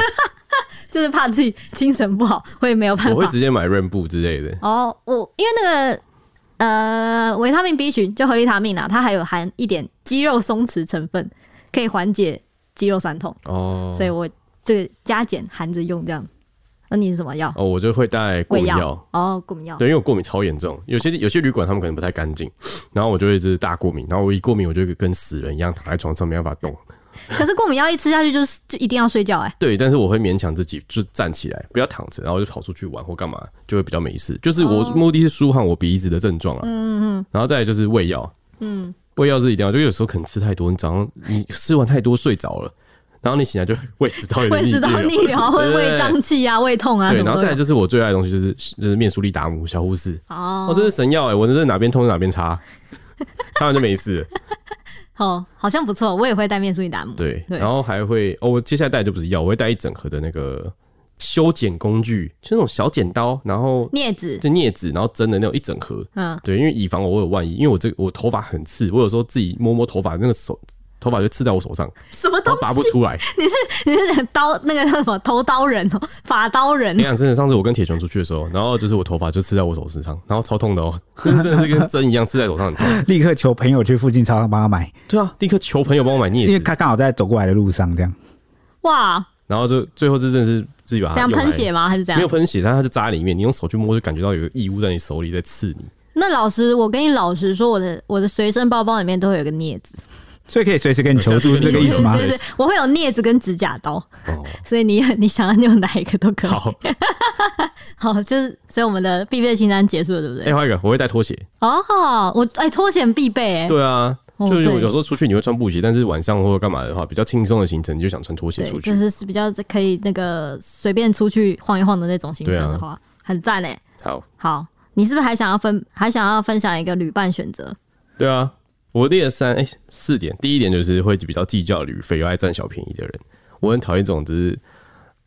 就是怕自己精神不好会没有办我会法直。接买润布之类 的。哦，我因为那个呃维他命 B 群就合利他命啊，它还有含一点肌肉松弛成分，可以缓解肌肉酸痛，哦，所以我这个加减含着用这样。那、你是什么药？哦，我就会带过贵敏药药。哦，过敏药。对，因为我过敏超严重，有些有些旅馆他们可能不太干净，然后我就会就是大过敏，然后我一过敏我就跟死人一样躺在床上没办法动。可是过敏药一吃下去就是就一定要睡觉哎、对，但是我会勉强自己就站起来，不要躺着，然后就跑出去玩或干嘛，就会比较没事。就是我哦目的是舒缓我鼻子的症状啊，嗯嗯，然后再来就是胃药，嗯，胃药是一定要，就有时候可能吃太多，你早上你吃完太多睡着了，然后你醒来就胃食道 有胃食道逆流啊，会胃胀。气啊，胃痛啊对对对什对，么然后再来的。就是我最爱的东西就是就是面舒利达姆小护士，哦哦，这是神药哎、我这是哪边痛就哪 边擦，擦完就没事了。哦，好像不错，我也会带面舒利达姆。对，对然后还会哦，我接下来带就不是药，我会带一整盒的那个修剪工具，就那种小剪刀，然后镊子，就镊子，然后针的那种一整盒。嗯，对，因为以防我有万一，因为我这个我头发很刺，我有时候自己摸摸头发，那个手头发就刺在我手上，什么然东后拔不出来。西？你是刀那个叫什么头刀人哦，法刀人你想，哎真的，上次我跟铁熊出去的时候，然后就是我头发就刺在我手指上，然后超痛的哦， 就是真的是跟针一样刺在手上很痛。立刻求朋友去附近超商帮他买，对啊，立刻求朋友帮我买因为镊子，他刚好在走过来的路上，这样哇，然后就最后就真的是自己把它这样用啊来喷血吗？还是怎样没有？喷血，但它就扎里面，你用手去摸就感觉到有个异物在你手里在刺你。那老师，我跟你老实说，我的我的随身包包里面都会有个镊子，所以可以随时呃跟你求助，是这个意思吗？是是是，我会有镊子跟指甲刀，哦， 所以你 你想要用哪一个都可以。好，好，就是所以我们的必备清单结束了，对不对哎、？还有一个，我会带拖鞋。哦，我哎、拖鞋必备哎、对啊，哦就是对有时候出去你会穿布鞋，但是晚上或者干嘛的话，比较轻松的行程，你就想穿拖鞋对，出去。就是是比较可以那个随便出去晃一晃的那种啊行程的话，很赞哎、好，好，你是不是还想要分还想要分享一个旅伴选择？对啊，我列了三哎四点，第一点就是会比较计较旅费，又爱占小便宜的人。我很讨厌这种就是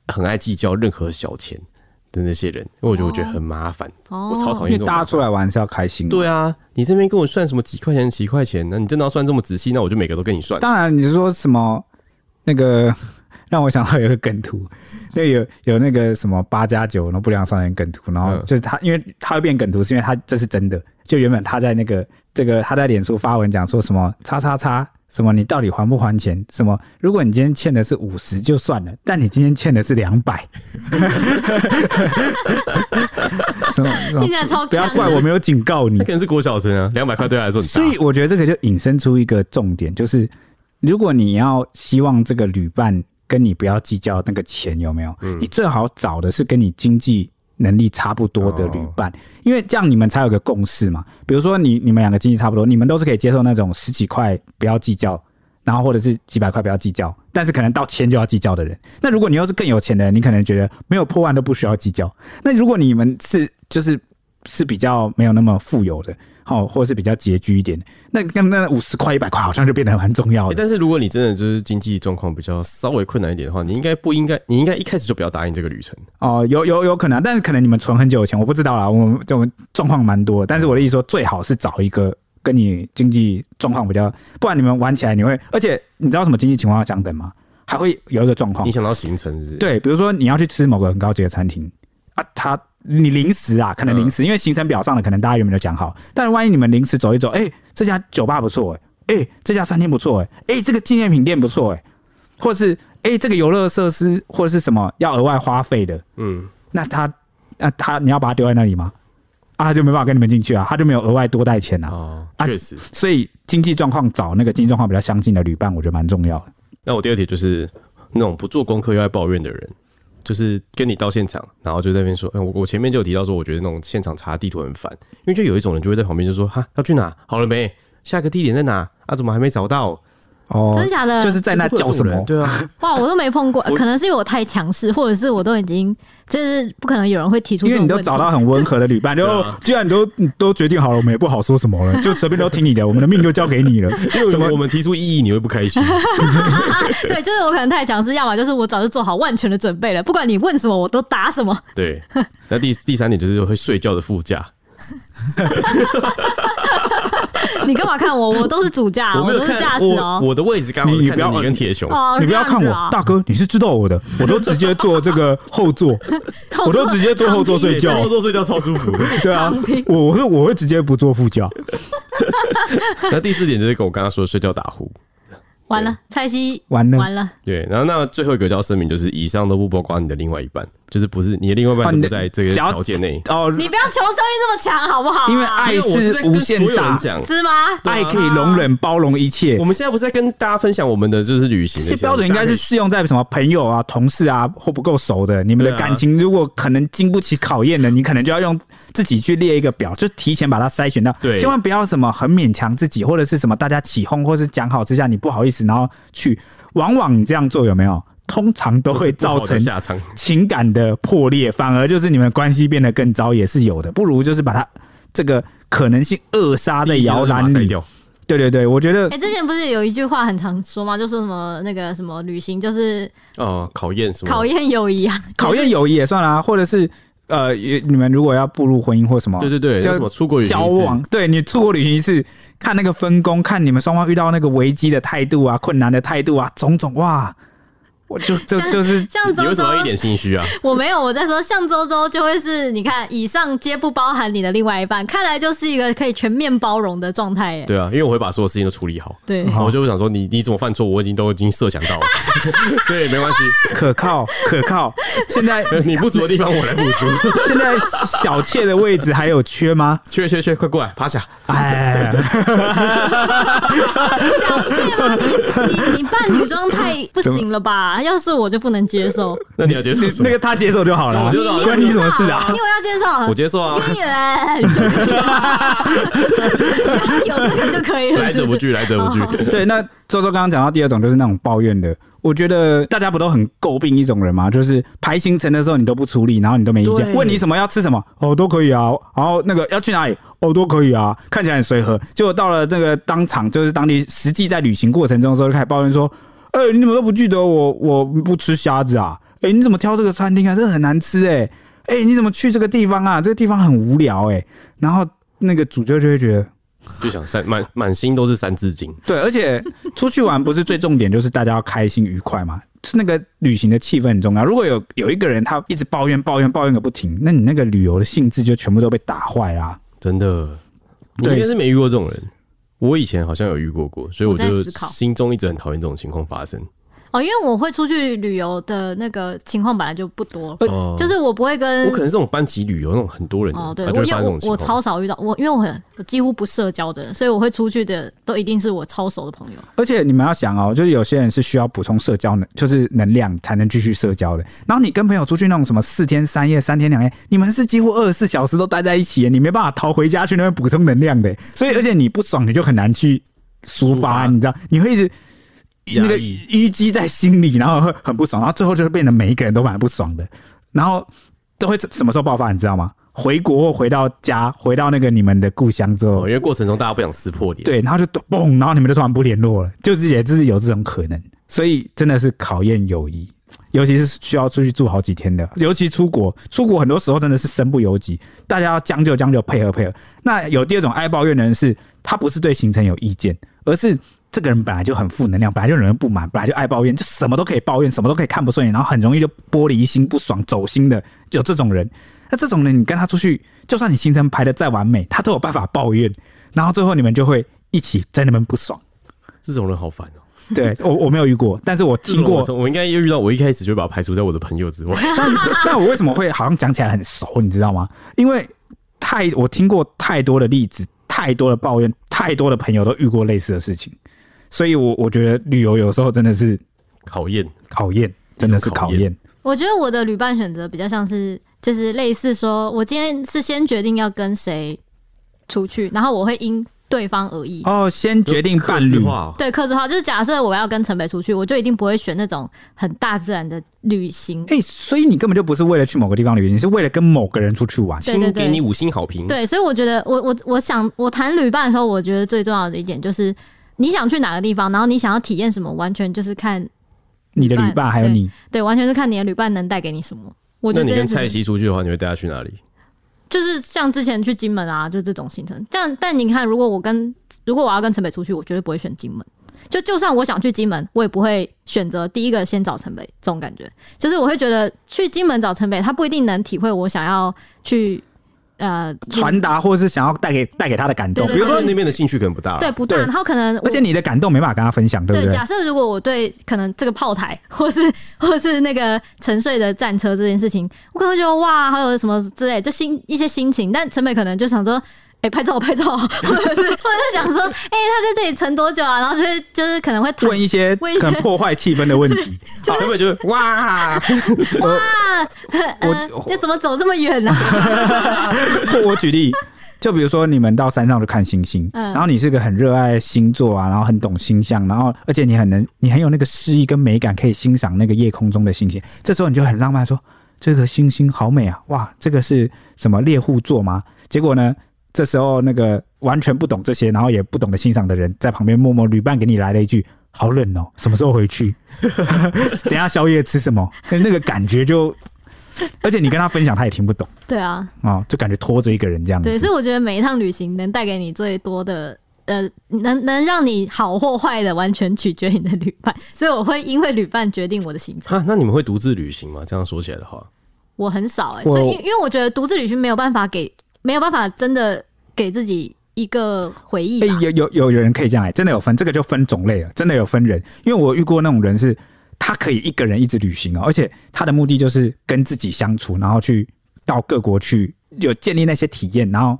很爱计较任何小钱的那些人，因为我觉得我觉得很麻烦，哦我超讨因为厌这种大家出来玩是要开心。对啊，你这边跟我算什么几块钱、几块钱？那你真的要算这么仔细，那我就每个都跟你算。当然，你是说什么那个 让我想到有一个梗图，那有有那个什么八加九，然后不良少年梗图，然后嗯就是他，因为他会变梗图，是因为他这是真的。就原本他在那个这个他在脸书发文讲说什么叉叉叉。什么？你到底还不还钱？什么？如果你今天欠的是五十就算了，但你今天欠的是两百， 什么？什么听起来超不要强怪我没有警告你那可。能是国小生啊，两百块对他来说很大。所以我觉得这个就引申出一个重点，就是如果你要希望这个旅伴跟你不要计较那个钱有没有，嗯你最好找的是跟你经济能力差不多哦的旅伴，因为这样你们才有个共识嘛。比如说你你们两个经济差不多，你们都是可以接受那种十几块不要计较。然后或者是几百块不要计较，但是可能到千就要计较的人。那如果你又是更有钱的人，你可能觉得没有破万都不需要计较。那如果你们是就是是比较没有那么富有的，好、或者是比较拮据一点，那那那五十块一百块好像就变得蛮重要欸的。但是如果你真的就是经济状况比较稍微困难一点的话，你应该不应该，你应该一开始就不要答应这个旅程。哦，有有有可能啊，但是可能你们存很久以前，我不知道啦，我们这种状况蛮多的。但是我的意思说，最好是找一个跟你经济状况比较，不然你们玩起来你会，而且你知道什么经济情况要相等吗？还会有一个状况你，想到行程是不是？，对，比如说你要去吃某个很高级的餐厅啊，他你临时啊，可能嗯临时，因为行程表上的可能大家原本就讲好，但是万一你们临时走一走，哎、这家酒吧不错、哎、哎、这家餐厅不错、哎、哎，这个纪念品店不错、哎，或是哎、这个游乐设施或者是什么要额外花费的，嗯，那他那他你要把它丢在那里吗？啊，他就没办法跟你们进去啊，他就没有额外多带钱啊，哦，啊确实。所以经济状况找那个经济状况比较相近的旅伴，我觉得蛮重要的。那我第二题就是那种不做功课又爱抱怨的人，就是跟你到现场，然后就在那边说，哎、我我前面就有提到说，我觉得那种现场查地图很烦，因为就有一种人就会在旁边就说，哈，要去哪？好了没？下个地点在哪？啊，怎么还没找到？哦真假的就是在那就是会叫有这什种么人？对啊，哇，我都没碰过，可能是因为我太强势，或者是我都已经就是不可能有人会提出因这为种你问题。都找到很温和的旅伴，就对啊既然你都你都决定好了，我们也不好说什么 了，就随便都听你的，我们的命就交给你了。 因为怎么我们提出异议，你会不 开心？ 对，就是我可能太强势，要么就是我早就做好万全的准备了，不管你问什么我都答什么。 对。那第第三点就是会睡觉的副驾，你干嘛看我？啊我都是主驾，我没有都是驾看驶我哦。我的位置刚好你是你看不着要你跟 铁熊，哦，你不要这样看子我哦，大哥，你是知道我的，我都直接坐这个后座， 我都直接坐后座睡觉坐坐睡觉超舒 服。对啊躺平，我我会我会直接不坐副驾，那第四点就是跟我刚刚说的睡觉打呼，完了，蔡西完了完了，对，然后那最后一个要声明，就是以上都不包括你的另外一半，就是不是你的另外一哦半你都不的在这个想要条件内。哦，你不要求生欲这么强好不好啊？因为爱我是是在跟无所限有人大，讲，是吗？爱可以容忍啊包容一切我。们现在不是在跟大家分享我们的就是旅行这的些一些标准应该是适用在什么朋友啊、同事啊或不够熟的，你们的对啊感情如果可能经不起考验的，你可能就要用自己去列一个表，就提前把它筛选到，对千万不要什么很勉强自己，或者是什么大家起哄或是讲好之下你不好意思，然后去，往往你这样做有没有？通常都会造不好成的下场。情感的破裂，反而就是你们关系变得更糟也是有的，不如就是把它这个可能性扼杀在摇篮第一集就是把它塞里。掉，对对对，我觉得哎、之前不是有一句话很常说吗？就说什么那个什么旅行就是哦，考验什么？考验友谊啊， 考验友谊也算啦、或者是呃，也你们如果要步入婚姻或什么，对对对，叫叫什么出国旅行交一次往，对你出国旅行一次，看那个分工，看你们双方遇到那个危机的态度啊、困难的态度啊，种种哇，我就这像就是像你周为什周么要一脸心虚 啊？我没有，我在说像周周就会是，你看以上皆不包含你的另外一半，看来就是一个可以全面包容的状态耶。对啊，因为我会把所有事情都处理好。对， 然后我就会想说，你你怎么犯错，我已经都已经设想到了， 所以没关系，可靠可靠。现在你不足的地方我来补足。 现在小妾的位置还有缺吗？去去去，快过来趴下！哎，小气吗？你你你扮女装太不行了吧？要是我就不能接受， 那你要接受什么那个他接受就好了我，就你关 你什么事啊你？我要接受， 我接受 啊，你哎有这个就可以了，来是者不不是？拒，来者 不拒。哦 对，那周周刚刚讲到第二种就是那种抱怨的，我觉得大家不都很诟病一种人吗？就是排行程的时候你都不处理，然后你都没意见，对问你什么要吃什么，哦都可以啊，然后那个要去哪里，哦都可以啊，看起来很随和，结果到了那个当场就是当地实际在旅行过程中的时候就开始抱怨说，哎、你怎么都不记得我我不吃虾子啊？哎、你怎么挑这个餐厅啊？这个很难吃哎、哎、你怎么去这个地方啊？这个地方很无聊哎、然后那个主角就会觉得。就想三满满心都是三字经，对，而且出去玩不是最重点，就是大家要开心愉快嘛。是那个旅行的气氛很重要。如果有有一个人他一直抱怨抱怨抱怨个不停，那你那个旅游的兴致就全部都被打坏啦。真的，你对应该是没遇过这种人。我以前好像有遇过过，所以我我在就思考心中一直很讨厌这种情况发生。哦，因为我会出去旅游的那个情况本来就不多，哦呃就是我不会跟我可能是这种班级旅游那种很多人的，嗯哦，对，他就我会因发生为这种我情我况。超少遇到我，因为我很我几乎不社交的人，所以我会出去的都一定是我超熟的朋友。而且你们要想哦，就是有些人是需要补充社交能，就是能量才能继续社交的。然后你跟朋友出去那种什么四天三夜、三天两夜，你们是几乎二十四小时都待在一起，你没办法逃回家去那边补充能量的。所以，而且你不爽，你就很难去抒抒发，发你知道，你会一直压那个抑淤积在心里，然后会很不爽，然后最后就会变得每一个人都蛮不爽的，然后都会什么时候爆发，你知道吗？回国或回到家，回到那个你们的故乡之后哦，因，为过程中大家不想撕破脸，，对，然后就咚嘣，然后你们就突然不联络了，就是也就是有这种可能，所以真的是考验友谊，尤其是需要出去住好几天的，尤其出国，出国很多时候真的是身不由己，大家要将就将就，配合配合。那有第二种哎爱抱怨的人是，他不是对行程有意见，而是。这个人本来就很负能量，本来就惹人不满，本来就爱抱怨，就什么都可以抱怨，什么都可以看不顺眼，然后很容易就玻璃心、不爽、走心的，有这种人。那这种人，你跟他出去，就算你行程排的再完美，他都有办法抱怨，然后最后你们就会一起在那边不爽。这种人好烦哦、对我 我没有遇过，但是我哦听过这种。人我应该又遇到，我一开始就把他排除在我的朋友 之外。但 那我为什么会好像讲起来很熟，你知道吗？因为太我听过太多的例子，太多的抱怨，太多的朋友都遇过类似的事情，所以我我觉得旅游有时候真的是考验，考验，真的是考一验。我觉得我的旅伴选择比较像是，就是类似说，我今天是先决定要跟谁出去，然后我会因对方而异。哦，先决定伴客侣制，化哦，对，克制化就是假设我要跟城北出去，我就一定不会选那种很大自然的旅行。哎、所以你根本就不是为了去某个地方旅游，你是为了跟某个人出去玩。对对请对给你五星好评。对，所以我觉得我我我想我谈旅伴的时候，我觉得最重要的一点就是你想去哪个地方，然后你想要体验什么，完全就是看你的旅伴还有你，对，完全是看你的旅伴能带给你什么。我觉得那你这跟件事蔡情西出去的话，你会带他去哪里？就是像之前去金门啊，就这种行程。这样，但你看，如果我跟如果我要跟城北出去，我绝对不会选金门。就就算我想去金门，我也不会选择第一个先找城北这种感觉。就是我会觉得去金门找城北，他不一定能体会我想要去呃传达或是想要带给带给他的感动。对哦比如对说那边的兴趣可能不大，啊对，不断，对然后可能我而且你的感动没办法跟他分享，对不对，对？假设如果我对可能这个炮台， 或是或是那个沉睡的战车这件事情，我可能会觉得哇，还有什么之类，就心一些心情，但陈美可能就想说。哎、拍照拍 照，或者是 或者是想说，哎、他在这里沉多久啊？然后就是 就是可能会 谈问一些问一些可能破坏气氛的问题。成本就是哇， 啊呃，我这怎么走这么远呢、啊？ 我我举例，就比如说你们到山上去看星星，嗯然后你是个很热爱星座啊，然后很懂星象，然后而且你很能，你很有那个诗意跟美感，可以欣赏那个夜空中的星星。这时候你就很浪漫说，这个星星好美啊，哇，这个是什么猎户座吗？结果呢，这时候那个完全不懂这些，然后也不懂得欣赏的人，在旁边默默旅伴给你来了一句。好冷哦，什么时候回去？ 等一下宵夜吃什么？那个感觉就，而且你跟他分享，他也听不懂。对啊，啊、就感觉拖着一个人这样子。对，所以我觉得每一趟旅行能带给你最多的。呃，能能让你好或坏的，完全取决于你的旅伴，所以我会因为旅伴决定我的行程。啊，那你们会独自旅行吗？这样说起来的话，我很少哎、欸，我所以因因为我觉得独自旅行没有办法给，没有办法真的给自己一个回忆哎、吧。有有有有人可以这样哎、真的有分，这个就分种类了，真的有分人。因为我遇过那种人是，他可以一个人一直旅行哦，而且他的目的就是跟自己相处，然后去到各国去有建立那些体验，然后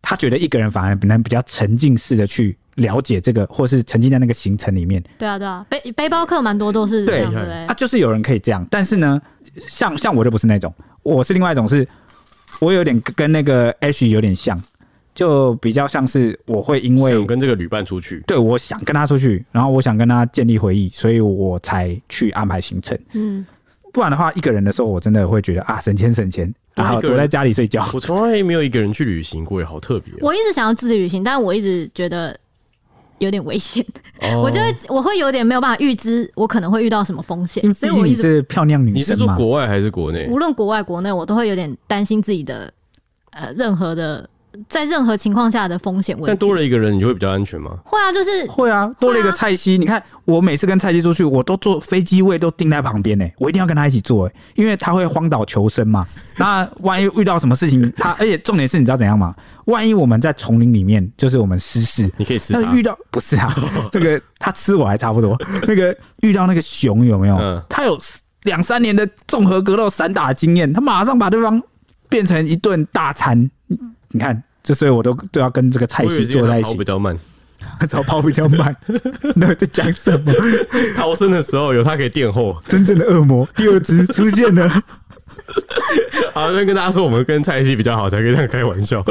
他觉得一个人反而能比较沉浸式的去了解这个，或是沉浸在那个行程里面。哎对啊，对啊，背背包客蛮多都是这样，对对不对啊，？就是有人可以这样，但是呢，像像我就不是那种，我是另外一种是，我有点跟跟那个 H 有点像，就比较像是我会因为想跟这个旅伴出去，对我想跟他出去，然后我想跟他建立回忆，所以我才去安排行程。嗯，不然的话，一个人的时候，我真的会觉得啊，省钱省钱，对然一后个人躲在家里睡觉。我从来没有一个人去旅行过，也好特别哦。我一直想要自己旅行，但我一直觉得有点危险，哦我就会我会有点没有办法预知我可能会遇到什么风因险，为所毕以我竟一你直是漂亮女你是生说嘛，国外还是国内？无论国外国内，我都会有点担心自己的呃任何的在任何情况下的风险问但题。多了一个人，你就会比较安全吗？会啊，就是会啊，多了一个蔡西。你看，我每次跟蔡西出去，我都坐飞机位都定在旁边呢、我一定要跟他一起坐、欸，因为他会荒岛求生 嘛。那万一遇到什么事情，他而且重点是，你知道怎样吗？万一我们在丛林里面，就是我们失事，你可以吃它那遇到不是 啊，这个他吃我还差不多。那个遇到那个熊有没有？嗯他有两三年的综合格斗散打经验，他马上把对方变成一顿大餐。你你看，这所以我都都要跟这个蔡我以西为是因坐为在它一跑起 比，较慢，早跑比较慢。 那在讲什么？逃生的时候有它可以垫后。真正的恶魔第二只出现 了。好，那跟大家说，我们跟蔡西比较好，才可以这样开玩笑。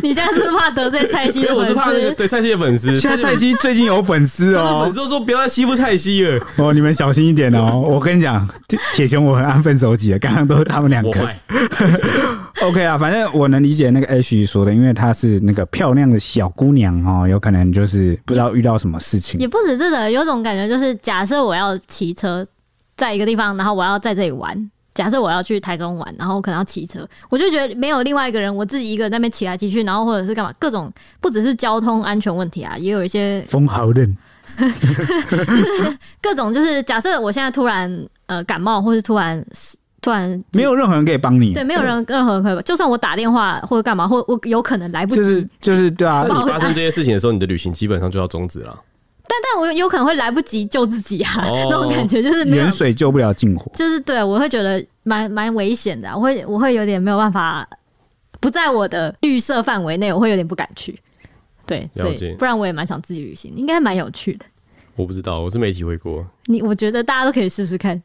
你现在是不是怕得罪蔡西因为的我粉是怕那个丝， 对蔡西的粉丝，现在蔡西最近有粉 丝他的粉哦丝，都说不要再欺负蔡西了，哦，你们小心一点哦。我跟你讲，铁铁熊我很安分守己的，刚刚都是他们两我个。坏。 OK 啊，反正我能理解那个 H 说的，因为她是那个漂亮的小姑娘哦，有可能就是不知道遇到什么事情也。不止这个，有种感觉就是，假设我要骑车在一个地方，然后我要在这里玩。假设我要去台中玩，然后我可能要骑车，我就觉得没有另外一个人，我自己一个人在那边骑来骑去，然后或者是干嘛，各种不只是交通安全问题啊，也有一些风好冷，各种就是假设我现在突然呃感冒，或是突然 突然没有任何人可以帮你对，没有人任何人可以，就算我打电话或者干嘛，或我有可能来不及， 就是就是对啊但，你发生这些事情的时候，你的旅行基本上就要终止了。但但我有可能会来不及救自己啊，哦那种感觉就是没有远，水救不了近火。就是对我会觉得蛮蛮危险的啊、我会我会有点没有办法，不在我的预设范围内，我会有点不敢去。对，所了解以不然我也蛮想自己旅行，应该蛮有趣的。我不知道，我是没体会过。你我觉得大家都可以试试看，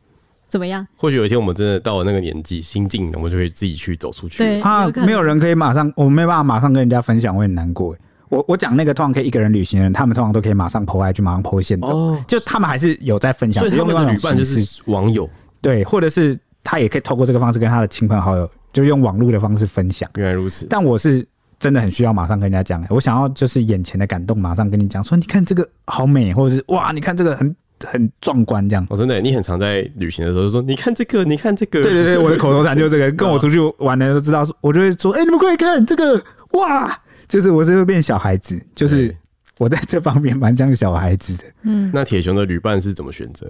怎么样？或许有一天我们真的到了那个年纪，心境，我们就可以自己去走出去。对啊有可，能没有人可以马上，我没办法马上跟人家分享，我很难过耶。我我讲那个通常可以一个人旅行的人，他们通常都可以马上 PO IG，马上 PO 线动，哦，就他们还是有在分享，所以只他用们另外一的种旅伴就形式是网友，对，或者是他也可以透过这个方式跟他的亲朋好友，就用网络的方式分享。原来如此。但我是真的很需要马上跟人家讲，我想要就是眼前的感动，马上跟你讲，说你看这个好美，或者是哇，你看这个很很壮观这样。哦，真的，你很常在旅行的时候就说：“你看这个，你看这个。”对对对，我的口头禅就是这个，跟我出去玩的人都知道，我就会说，哎、你们快看这个，哇，就是哎我是会变小孩 子，就是对我在这方面蛮像小孩子的。嗯，那铁熊的旅伴是怎么选择？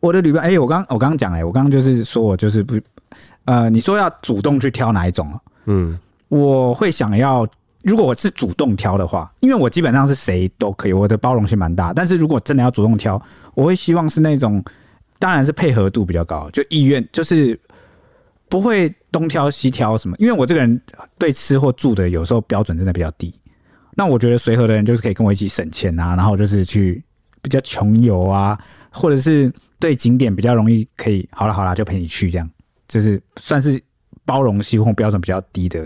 我的旅伴，哎、我刚我刚刚讲哎，我刚刚就是说我就是不，呃，你说要主动去挑哪一种哦嗯，我会想要，如果我是主动挑的话，因为我基本上是谁都可以，我的包容性蛮大。但是如果真的要主动挑，我会希望是那种，当然是配合度比较高，就意愿就是不会东挑西挑什么。因为我这个人对吃或住的有时候标准真的比较低，那我觉得随和的人就是可以跟我一起省钱啊，然后就是去比较穷游啊，或者是对景点比较容易可以，好了好了就陪你去这样，就是算是包容性或标准比较低的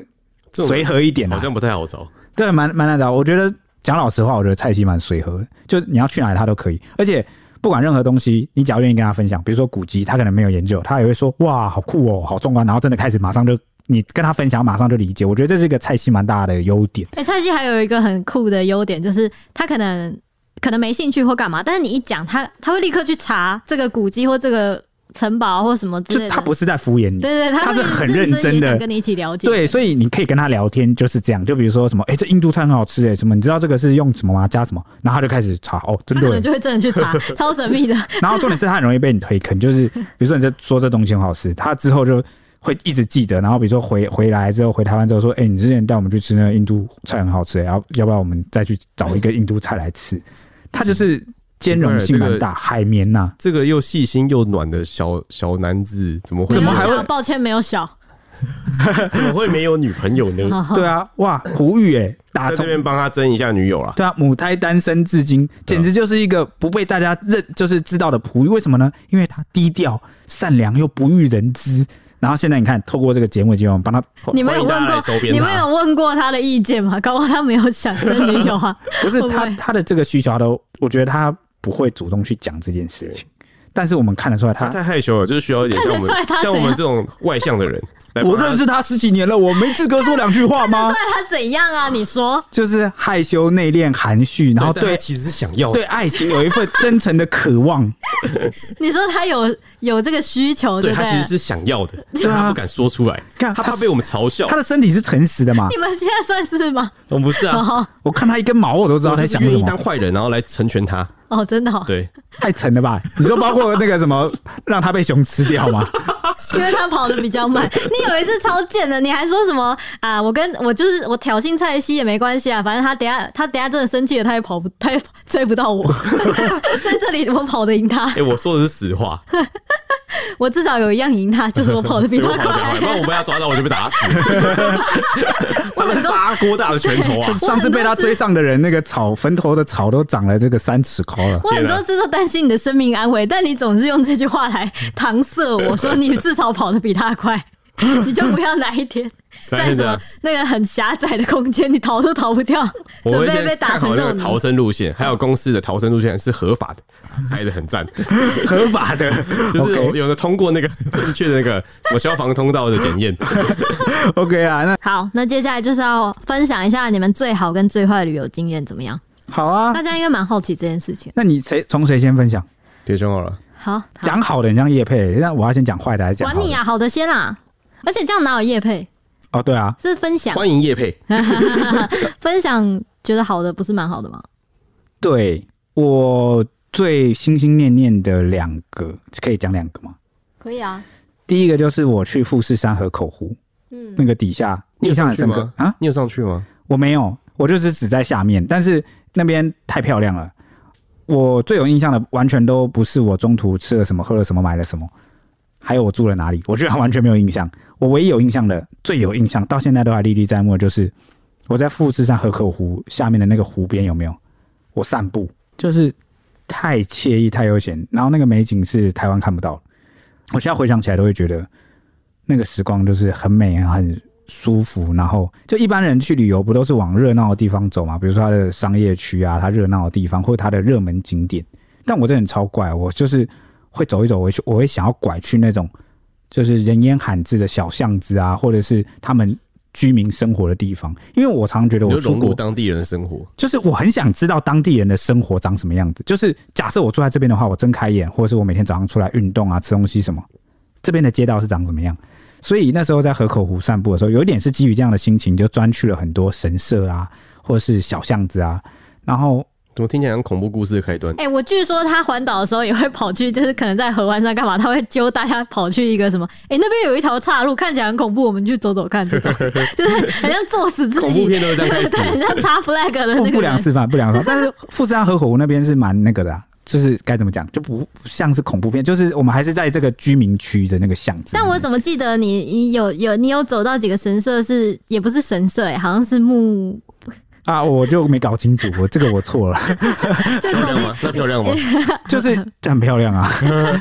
这种随和一点、啊，好像不太好找。对，蛮蛮难找。我觉得讲老实话，我觉得蔡西蛮随和的，就你要去哪里他都可以，而且不管任何东西，你只要愿意跟他分享，比如说古籍，他可能没有研究，他也会说哇，好酷哦，好壮观，然后真的开始马上就你跟他分享，马上就理解。我觉得这是一个蔡西蛮大的优点。哎、蔡西还有一个很酷的优点，就是他可能可能没兴趣或干嘛，但是你一讲他，他会立刻去查这个古迹或这个城堡或什么之类就的。他不是在敷衍你，对对，他会是很认认真也的想跟你一起了解。对，所以你可以跟他聊天，就是这样。就比如说什么，哎、这印度菜很好吃，哎，什么，你知道这个是用什么吗？加什么？然后他就开始查，哦，真他的耶可能。就会真的 去查，超神秘的。 然后重点是他很容易被你推坑，就是比如说你在说这东西很好吃，他之后就会一直记得。然后比如说回回来之后，回台湾之后说，哎、你之前带我们去吃那个印度菜很好吃，哎要要不要我们再去找一个印度菜来吃？他就是兼容性蛮大，海绵呐、这个又细心又暖的小小男子，怎么会怎么没有还会小抱歉，没有小。怎么会没有女朋友 呢？对啊，哇，胡玉哎、打嗯 在这从边帮啊他争一下女友啦。对啊，母胎单身至今，简直就是一个不被大家认，就是知道的璞玉。为什么呢？因为他低调、善良又不欲人知。然后现在你看，透过这个节目机会，我们帮他你们有问过欢迎大家来收，编他啊你们有问过他的意见吗？搞不好他没有想真女友 啊。 不是会不他会他的这个需求，他都我觉得他不会主动去讲这件事情。但是我们看得出来他他，太害羞了，就是需要一点像我们啊看得出来他像我们怎样这种外向的人来帮我他认识他十几年了，我没资格说两句话吗 哦那？他怎样啊？你说就是害羞、内敛、含蓄， 然后对，但他对其实是想要的对，爱情有一份真诚的渴 望。你说他有有这个需求，对不他其对实？是想 要的，但啊他不敢说出来，看他他怕是被我们嘲笑他。的身体是诚实的嘛你？们现在算是吗？我们不是啊，哦我看他一根毛，我都知道我他就在是想愿什意当么。坏人，然后来成全他。哦，真的、哦，对，太沉了吧？你说包括那个什么， 让他被熊吃掉吗？因为他跑的比较 慢。你有一次超贱的，你还说什么啊？我跟我就是我挑衅蔡西也没关系啊，反正他等下他等下真的生气了，他也跑不，他也追不到我。 在这里我跑得赢他，哎，我说的是实话，我至少有一样赢他，就是我 跑得比对他我跑得快 比较快，。不然我被他抓到我就被打死。他的砂锅大的拳 头啊！上次被他追上的人，那个草坟头的草都长了这个三尺高了。我很多次都担心你的生命安危，但你总是用这句话来搪塞我说你至少跑得比他快。 你就不要哪一天在什是这么样。那个很狭窄的空间，你逃都逃不掉，我准会备被先打看成好那肉个泥。逃生路线，还有公司的逃生路线是合法的，拍的很赞， 合法的。 就是 OK 有的通过那个正确的那个什么消防通道的检验。 OK 啊，那好，那接下来就是要分享一下你们最好跟最坏的旅游经验怎么样？好啊大，家应该蛮好奇这件事情。那你谁从谁先分享？铁兄好了，好，好讲好的，你像叶佩，那我要先讲坏的还是讲好管的？你啊，好的先啦。而且这样哪有业配？哦，对啊，是分享，欢迎叶佩，分享觉得好的不是蛮好的吗？对我最心心念念的两个，可以讲两个吗？可以啊，第一个就是我去富士山河口湖嗯那个底下，你有印象上很去深刻吗？啊，你有上去吗？我没有，我就是只在下面，但是那边太漂亮了。我最有印象的，完全都不是我中途吃了什么、喝了什么、买了什么，还有我住了哪里，我居然 完全没有印象。我唯一有印象的、最有印象，到现在都还历历在目，的就是我在富士山河口湖下面的那个湖边有没有？我散步，就是太惬意、太悠闲，然后那个美景是台湾看不到的。我现在回想起来都会觉得，那个时光就是很美、很舒服，然后就一般人去旅游不都是往热闹的地方走嘛？比如说它的商业区啊，它热闹的地方，或者它的热门景点。但我这人超怪，我就是会走一走，我会去，我会想要拐去那种就是人烟罕至的小巷子啊，或者是他们居民生活的地方。因为我常觉得你我就出融国入当地人的生活，就是我很想知道当地人的生活长什么样子。就是假设我住在这边的话，我睁开眼，或者是我每天早上出来运动啊、吃东西什么，这边的街道是长怎么样。所以那时候在河口湖散步的时候，有一点是基于这样的心情，就专去了很多神社啊，或者是小巷子啊。然后怎么听起来像恐怖故事的开端？哎、我据说他环岛的时候也会跑去，就是可能在河湾上干嘛，他会揪大家跑去一个什么，哎、那边有一条岔路，看起来很恐怖，我们去走走看，这种 就是很像作死自恐怖己， 片都是这样开对，很始。像插 flag 的 那哦不个不良人。示范，不良示范。 但是富士山河口湖那边是蛮那个的、啊，就是该怎么讲，就不不像是恐怖片，就是我们还是在这个居民区的那个巷子里面。但我怎么记得你你有有你有走到几个神社是也不是神社哎、好像是木，啊，我就没搞清楚，我这个我错了， 就漂走亮吗？那 漂亮吗？就是很漂亮啊。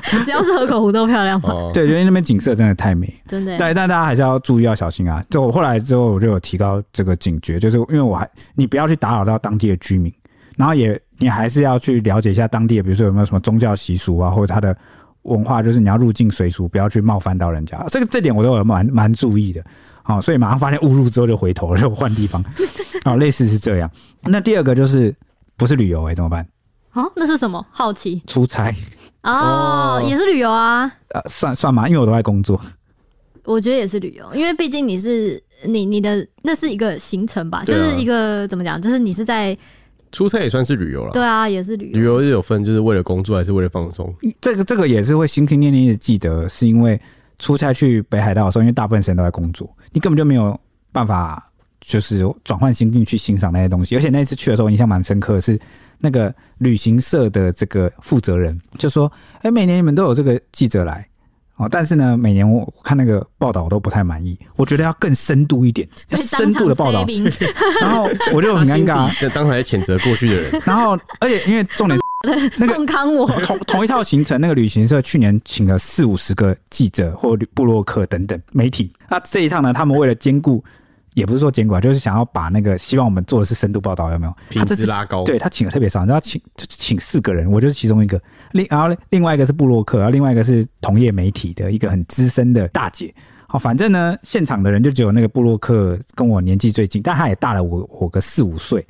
进只要是河口湖都漂亮嘛，哦，对，因为那边景色真的太美。真的、欸。对，但大家还是要注意要小心啊！就我后来之后，我就有提高这个警觉，就是因为我还你不要去打扰到当地的居民，然后也你还是要去了解一下当地的，比如说有没有什么宗教习俗啊，或者它的文化，就是你要入境随俗，不要去冒犯到人家。这个这点我都有蛮蛮注意的。好、所以马上发现误入之后就回头了，就换地方。哦，类似是这样。那第二个就是不是旅游哎、怎么办？哦，那是什么？好奇出差哦，哦也是旅游啊。呃，算算嘛，因为我都在工作。我觉得也是旅游，因为毕竟你是你你的那是一个行程吧，就对啊是一个怎么讲，就是你是在出差也算是旅游了。对啊，也是旅旅游。游也有分，就是为了工作还是为了放松？这个这个也是会心心念念的记得，是因为出差去北海道的时候，因为大部分时间都在工作，你根本就没有办法就是转换心境去欣赏那些东西。而且那一次去的时候，我印象蛮深刻的是那个旅行社的这个负责人就说：“哎，每年你们都有这个记者来。”哦，但是呢，每年我我看那个报道我都不太满意，我觉得要更深度一点，要被深度的报道当场塞，冰 然后我哦就很尴尬 啊他。心底在当场在谴责过去的 人，然后，而且因为重点是那个痛康我， 同同一套行程，那个旅行社去年请了四五十个记者或旅布洛克等等媒体。那这一趟呢，他们为了兼顾，也不是说兼顾啊，就是想要把那个希望我们做的是深度报道，有没有？他品这质次拉高。对，他请的特别少，你知道请就请四个人，我就是其中一个。另然后另外一个是布洛克，然后另外一个是同业媒体的一个很资深的大姐。好，反正呢，现场的人就只有那个布洛克跟我年纪最近，但他也大了我我个四五岁。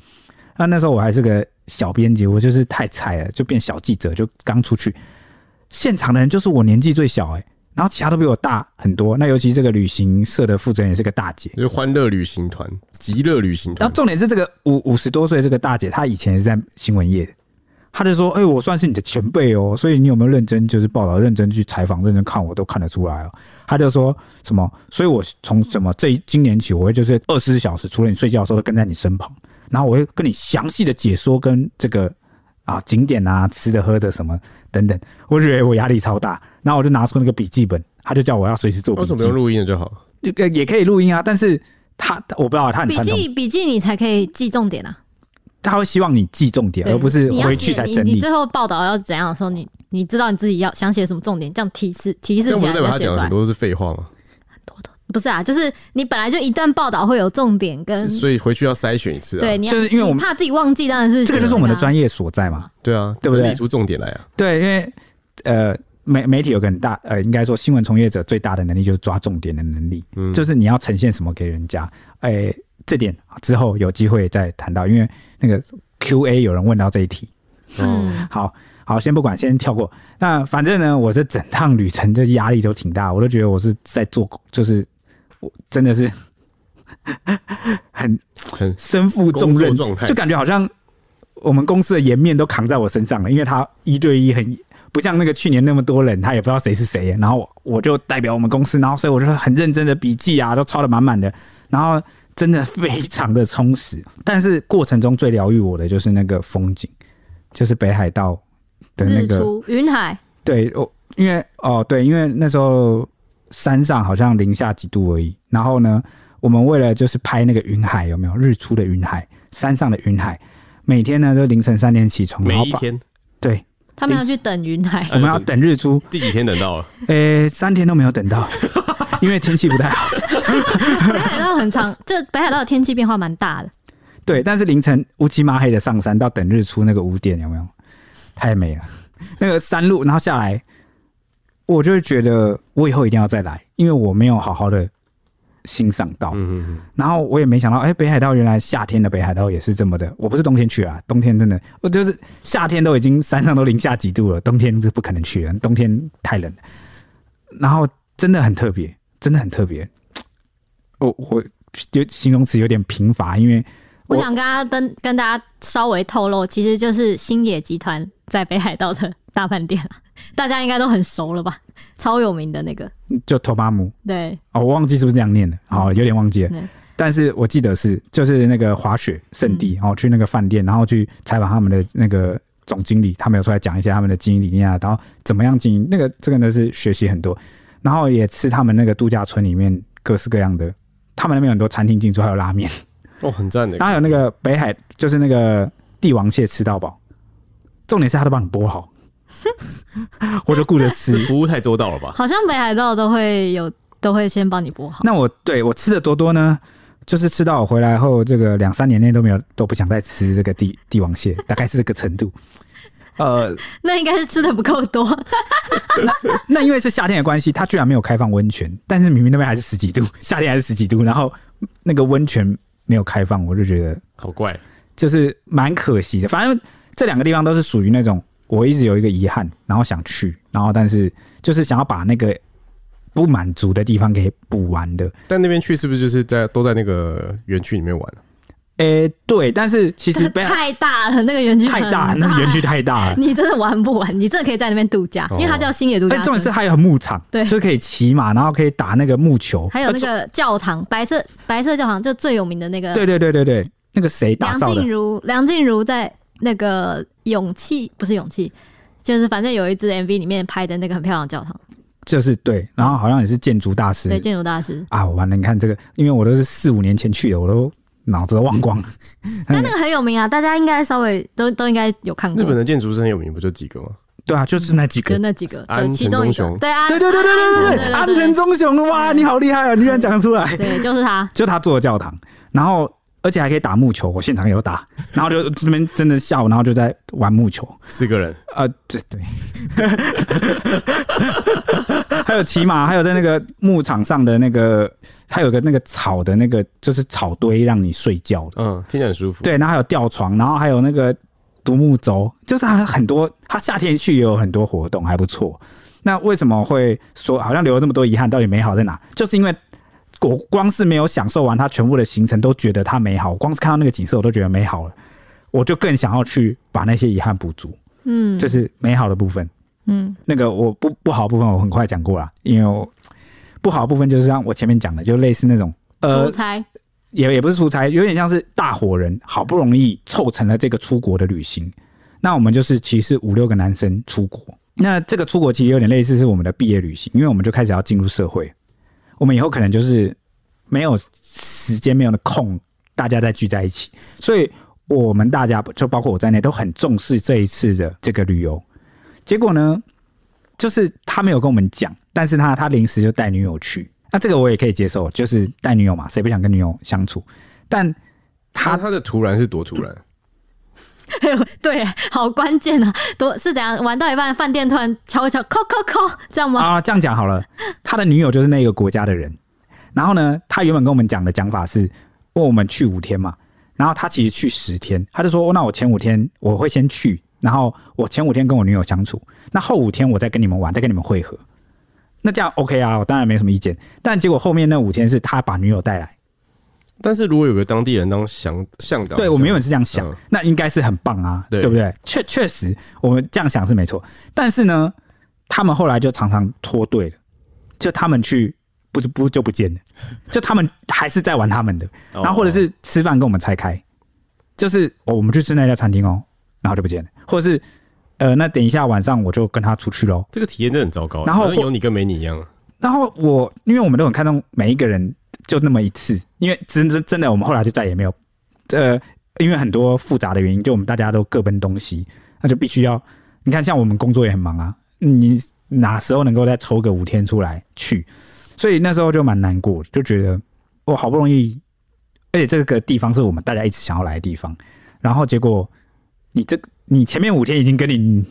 那那时候我还是个小编辑，我就是太菜了，就变小记者，就刚出去。现场的人就是我年纪最小哎、然后其他都比我大很多。那尤其这个旅行社的负责人也是个大姐，就是欢乐旅行团、极乐旅行然团后，重点是这个五五十多岁这个大姐，她以前也是在新闻业的，她就说：“哎、我算是你的前辈哦，所以你有没有认真就是报道、认真去采访、认真看，我都看得出来哦。”她就说什么，所以我从什么这一今年起，我会就是二十四小时，除了你睡觉的时候，都跟在你身旁，然后我会跟你详细的解说跟这个啊景点啊、吃的、喝的什么等等。我觉得我压力超大，然后我就拿出那个笔记本，她就叫我要随时做笔为什记么不，用录音了就好？呃也可以录音啊，但是。她我不知道，她很笔传统。记笔记你才可以记重点啊，他会希望你记重点，对而不是你要回去写才你整你理最。后报道要怎样的时候，你你知道你自己要想写什么重点，这样提示提这示样起不来啊就是代表他写讲出的来很。多都是废话吗？不是啊，就是你本来就一段报道会有重点跟是所以回去要筛选一次啊。嗯对，你要啊就是因为我们你怕自己忘记，当然是这个就是我们的专业。业所在嘛。对啊，对不对整理出重点来啊。对，因为呃媒媒体有个很大呃，应该说新闻从业者最大的能力就是抓重点的能力，嗯就是你要呈现什么给人家。哎、这点之后有机会再谈到，因为那个 Q&A 有人问到这一题。哦，嗯， 好好，先不管，先跳过。那反正呢，我这整趟旅程的压力都挺大，我都觉得我是在做，就是我真的是 很很身负重任工作状态就感觉好像我们公司的颜面都扛在我身上了，因为他一对一很不像那个去年那么多人，他也不知道谁是谁，然后我我就代表我们公司，然后所以我就很认真的笔记啊，都抄的满满的，然后真的非常的充实，但是过程中最疗愈我的就是那个风景，就是北海道的那日个出云海，对，我因为哦，对，因为那时候山上好像零下几度而已。然后呢，我们为了就是拍那个云海，有没有日出的云海，山上的云海，每天呢都凌晨三点起床，然每后一把天对，他们要去等云海。我们要等日出，第几天等到了？诶、三天都没有等到， 因为天气不太好。北海道很长，就北海道的天气变化蛮大的。对，但是凌晨乌漆麻黑的上山到等日出那个五点有没有？太美了，那个山路，然后下来，我就会觉得我以后一定要再来，因为我没有好好的欣赏到。嗯嗯然后我也没想到，哎、北海道原来夏天的北海道也是这么的。我不是冬天去啊，冬天真的，我就是夏天都已经山上都零下几度了，冬天是不可能去的，冬天太冷了。然后真的很特别，真的很特别。我我就形容词有点贫乏，因为我我想跟大家跟跟大家稍微透露，其实就是星野集团在北海道的大饭店啊，大家应该都很熟了吧？超有名的那个，就托巴姆对，哦，我忘记是不是这样念的，好、有点忘记了嗯。但是我记得是，就是那个滑雪圣地，然后、去那个饭店，然后去采访他们的那个总经理，他们有出来讲一些他们的经营理念啊，然后怎么样经营，那个这个呢是学习很多，然后也吃他们那个度假村里面各式各样的，他们那边有很多餐厅进出，还有拉面，嗯，哦，很赞的然。后还有那个北海，就是那个帝王蟹吃到饱，重点是他都帮你剥好，我就顾着吃，服务太周到了吧？ 好像北海道都会有，都会先帮你剥好。那我对我吃的多多呢，就是吃到我回来后，这个两三年内都没有都不想再吃这个帝帝王蟹，大概是这个程度。呃，那应该是吃的不够多，那因为是夏天的关系，它居然没有开放温泉，但是明明那边还是十几度，夏天还是十几度，然后那个温泉没有开放，我就觉得好怪，就是蛮可惜的。反正这两个地方都是属于那种我一直有一个遗憾，然后想去，然后但是就是想要把那个不满足的地方给补完的。但那边去是不是就是在都在那个园区里面玩？诶、对，但是其实 北海太大了，那个园区太大，很那个园区太大了。你真的玩不完，你真的可以在那边度假，哦因为它叫星野度哎、假村。重点是还有木场，对就是可以骑马，然后可以打那个木球，还有那呃个教堂，白色白色教堂就最有名的那个对对对对对，那个谁打梁造的静？茹，梁静茹在那个勇气不是勇气，就是反正有一支 MV 里面拍的那个很漂亮的教堂，就是对，然后好像也是建筑大对，师建筑大师。啊！完了，你看这个，因为我都是四五年前去的，我都脑子都忘光了。嗯但那个很有名啊，大家应该稍微都都应该有看过。日本的建筑师很有名，不就几个吗？对啊，就是那几就个。那几个，对，安藤其中一忠个，雄对啊，对对对对对对对，安安藤藤忠雄哇，你好厉害啊！你居然讲得出来，对，就是他。就他做的教堂，然后而且还可以打木球，我现场也有打，然后就那边真的下午，然后就在玩木球，四个人，啊，对对， 还有骑马，还有在那个牧场上的那个，还有个那个草的那个，就是草堆让你睡觉的。嗯，听起来很舒服。对，然后还有吊床，然后还有那个独木舟，就是它很多，它夏天去也有很多活动，还不错。那为什么会说好像留了那么多遗憾？到底美好在哪？就是因为我光是没有享受完它全部的行程，都觉得它美好。光是看到那个景色，我都觉得美好了，我就更想要去把那些遗憾补足。嗯这是美好的部分。嗯，那个我不不好的部分我很快讲过啦，因为我不好的部分就是像我前面讲的，就类似那种出呃，差，也也不是出差，有点像是大伙人好不容易凑成了这个出国的旅行，那我们就是其实五六个男生出国，那这个出国其实有点类似是我们的毕业旅行，因为我们就开始要进入社会，我们以后可能就是没有时间没有的空，大家再聚在一起，所以我们大家就包括我在内都很重视这一次的这个旅游。结果呢，就是他没有跟我们讲，但是他他临时就带女友去，那这个我也可以接受，就是带女友嘛，谁不想跟女友相处？但他他他的突然是多突然？对，好关键啊！多是怎样玩到一半，饭店突然敲一敲，扣扣扣，这样吗？啊，这样讲好了，他的女友就是那个国家的人。然后呢，他原本跟我们讲的讲法是，问我们去五天嘛，然后他其实去十天，他就说，哦那我前五天我会先去，然后我前五天跟我女友相处，那后五天我再跟你们玩，再跟你们会合。那这样 OK 啊，我当然没什么意见。但结果后面那五天是他把女友带来，但是如果有个当地人当向向导，对我们原本是这样想，嗯那应该是很棒啊，对不对？确确实，我们这样想是没错。但是呢，他们后来就常常脱队了，就他们去不不就不 见了，就他们还是在玩他们的，哦然后或者是吃饭跟我们拆开，就是哦，我们去吃那家餐厅哦，然后就不见了，或者是呃，那等一下晚上我就跟他出去喽。这个体验真的很糟糕，然后好像或有你跟没你一样，然后我因为我们都很看重每一个人就那么一次，因为真真真的我们后来就再也没有，呃，因为很多复杂的原因，就我们大家都各奔东西，那就必须要你看，像我们工作也很忙啊，你哪时候能够再抽个五天出来去？所以那时候就蛮难过，就觉得我好不容易，而且这个地方是我们大家一直想要来的地方，然后结果你这你前面五天已经跟你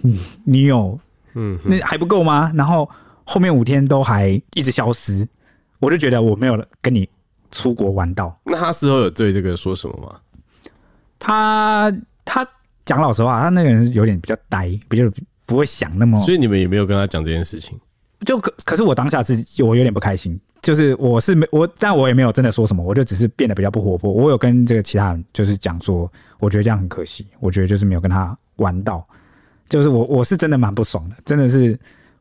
女友嗯，那还不够吗？然后后面五天都还一直消失，我就觉得我没有跟你出国玩到。那他事后有对这个说什么吗？他他讲老实话，他那个人是有点比较呆，比较不会想那么所以你们也没有跟他讲这件事情。就可可是我当下是我有点不开心，就是我是没我，但我也没有真的说什么，我就只是变得比较不活泼。我有跟这个其他人就是讲说，我觉得这样很可惜，我觉得就是没有跟他玩到，就是我我是真的蛮不爽的，真的是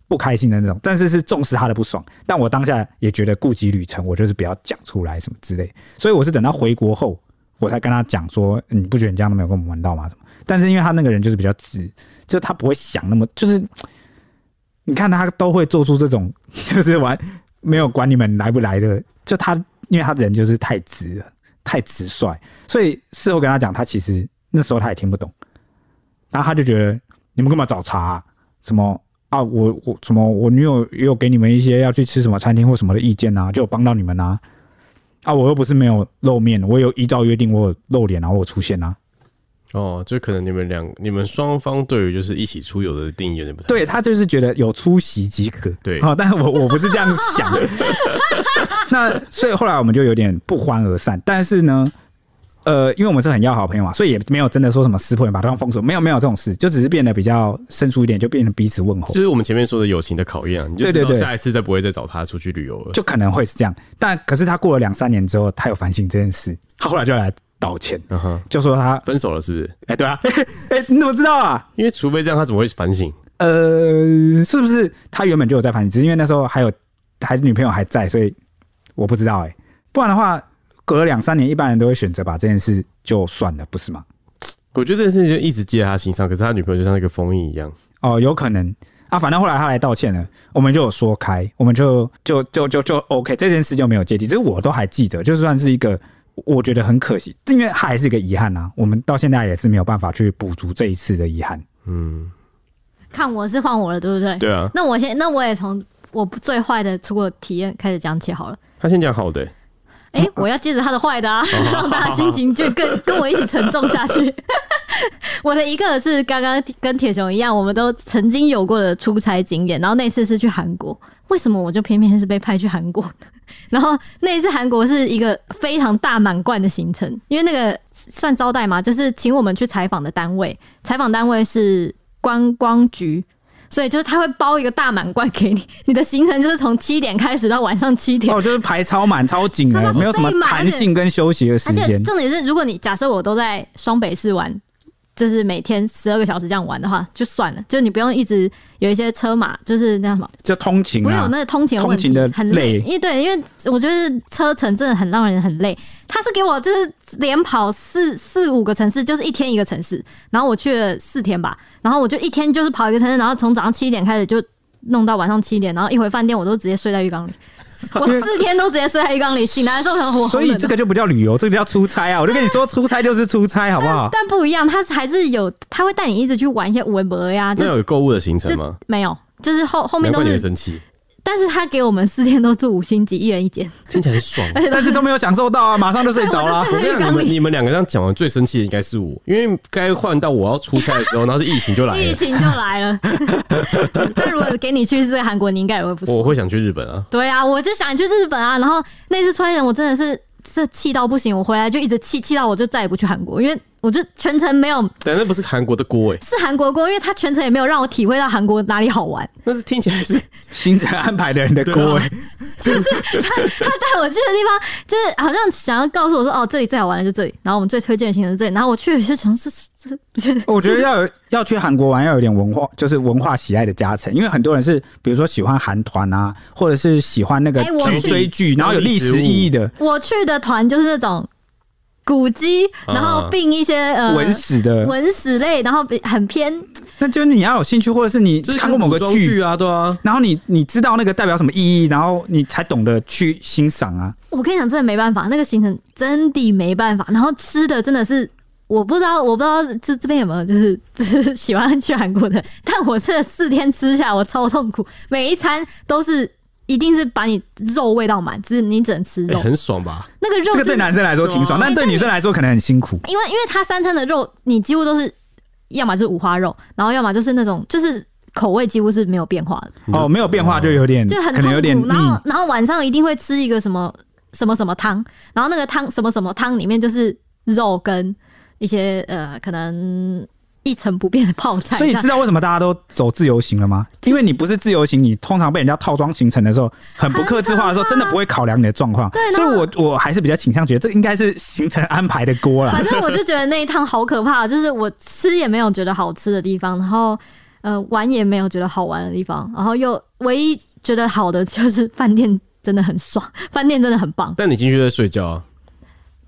不开心的那种，但是是重视他的不爽，但我当下也觉得顾及旅程，我就是不要讲出来什么之类，所以我是等到回国后。我才跟他讲说，嗯你不觉得你这样都没有跟我们玩到吗？什么？但是因为他那个人就是比较直，就他不会想那么，就是你看他都会做出这种， 就是完没有管你们来不来的，就他因为他人就是太直了，太直率，所以事后跟他讲，他其实那时候他也听不懂，然后他就觉得你们干嘛找茬啊、什么啊？我我什么我女友也有给你们一些要去吃什么餐厅或什么的意见啊，就有帮到你们啊。啊，我又不是没有露面，我有依照约定，我有露脸啊，我有出现啊。哦，就可能你们两你们双方对于就是一起出游的定义有点不太对他就是觉得有出席即可。对好、但我我不是这样 想。那所以后来我们就有点不欢而散。但是呢，呃，因为我们是很要好朋友嘛，所以也没有真的说什么撕破脸把对方封锁，没有没有这种事，就只是变得比较生疏一点，就变成彼此问候就。是我们前面说的友情的考验啊，你就知对道对对下一次再不会再找他出去旅游了。就可能会是这样，但可是他过了两三年之后，他有反省这件事，他后来就来道歉，嗯哼，就说他，分手了是不是？哎、对啊， 哎、你怎么知道啊？因为除非这样，他怎么会反省？呃，是不是他原本就有在反省？只是因为那时候还有还女朋友还在，所以我不知道哎、不然的话，隔了两三年，一般人都会选择把这件事就算了，不是吗？我觉得这件事情就一直记在他心上，可是他女朋友就像那个封印一样。哦，有可能啊。反正后来他来道歉了，我们就有说开，我们就就就就就 OK，这件事就没有芥蒂。这我都还记得，就算是一个我觉得很可惜，因为它还是一个遗憾啊。我们到现在也是没有办法去补足这一次的遗憾。嗯，看我是换我了，对不对？对啊，那我先，那我也从我不最坏的出国体验开始讲起好了。他先讲好的、欸哎、我要接着他的坏的啊， 让大家心情就跟跟我一起沉重下去。 我的一个是刚刚跟铁熊一样，我们都曾经有过的出差经验，然后那次是去韩国。为什么我就偏偏是被派去韩国呢？ 然后那一次韩国是一个非常大满贯的行程，因为那个算招待嘛，就是请我们去采访的单位，采访单位是观光局。所以就是他会包一个大满贯给你，你的行程就是从七点开始到晚上七点，哦，就是排超满、超紧什么的，没有什么塞满而弹且性跟休息的时而且间。重点是，如果你假设我都在双北市玩，就是每天十二个小时这样玩的话，就算了，就你不用一直有一些车马，就是那什么，就通勤不用嗯有啊，那个通勤问题通勤的很累累，因为对，因为我觉得车程真的很让人很累。他是给我就是连跑四四五个城市，就是一天一个城市，然后我去了四天吧，然后我就一天就是跑一个城市，然后从早上七点开始就弄到晚上七点，然后一回饭店我都直接睡在浴缸里，我四天都直接睡在浴缸里，醒来的时候很火红所以这个就不叫旅游，这个叫出差啊！我就跟你说，出差就是出差，好不啊 好？但不一样，他是还是有，他会带你一直去玩一些微博呀，那就有购物的行程吗？没有，就是后后面难都怪你会是生气。但是他给我们四天都住五星级，一人一间。听起来很 爽。但是都没有享受到啊，马上就睡着了对。我跟你讲，你们你们两个这样讲完，最生气的应该是我，因为该换到我要出差的时候，然后是疫情 就来疫了，情就来了。但如果给你去这个韩国，你应该也会不我爽。会想去日本啊。对啊，我就想去日本啊，然后那次穿越我真的是这气到不行，我回来就一直气，气到我就再也不去韩国，因为我就全程没有但那不是韩国的锅哎、是韩国锅，因为他全程也没有让我体会到韩国哪里好玩，那是听起来是 行程安排的人的锅、啊欸，他 带我去的地方就是好像想要告诉我说哦这里最好玩的就这里，然后我们最推荐的行程是这里，然后我去就想是这这这 我觉得要有要去韩国玩，要有点文化，就是文化喜爱的加成。因为很多人是，比如说喜欢韩团啊，或者是喜欢那个哎我剧去追剧，然后有历史意义的我去的团就是那种古迹，然后并一些呃文史的，文呃史类，然后比很偏那就是你要有兴趣，或者是你就是看过某个古装剧剧，啊，对啊，然后你你知道那个代表什么意义，然后你才懂得去欣赏啊。我跟你讲，真的没办法，那个行程真的没办法。然后吃的真的是，我不知道，我不知道这这边有没有就是就是 喜欢去韩国的，但我这四天吃下来，我超痛苦，每一餐都是。一定是把你肉喂到满，只是你只能吃哎、肉。很爽吧？那个肉、这就个是对男生来说挺爽，对啊但对女生来说可能很辛苦。因为因为它三餐的肉，你几乎都是要么就是五花肉，然后要么就是那种就是口味几乎是没有变化的。哦，没有变化就有点，就很可痛苦能有点腻然。后然后晚上一定会吃一个什么什么什么汤，然后那个汤什么什么汤里面就是肉跟一些呃可能一成不变的泡菜这所以样。知道为什么大家都走自由行了 吗？因为你不是自由行，你通常被人家套装行程的时候，很不克制化的时候，真的不会考量你的状况。对然所以后我我还是比较倾向觉得这应该是行程安排的锅啦反。正我就觉得那一趟好可怕，就是我吃也没有觉得好吃的地方，然后呃玩也没有觉得好玩的地方，然后又唯一觉得好的就是饭店真的很爽， 饭店真的很棒。但你进去在睡觉啊，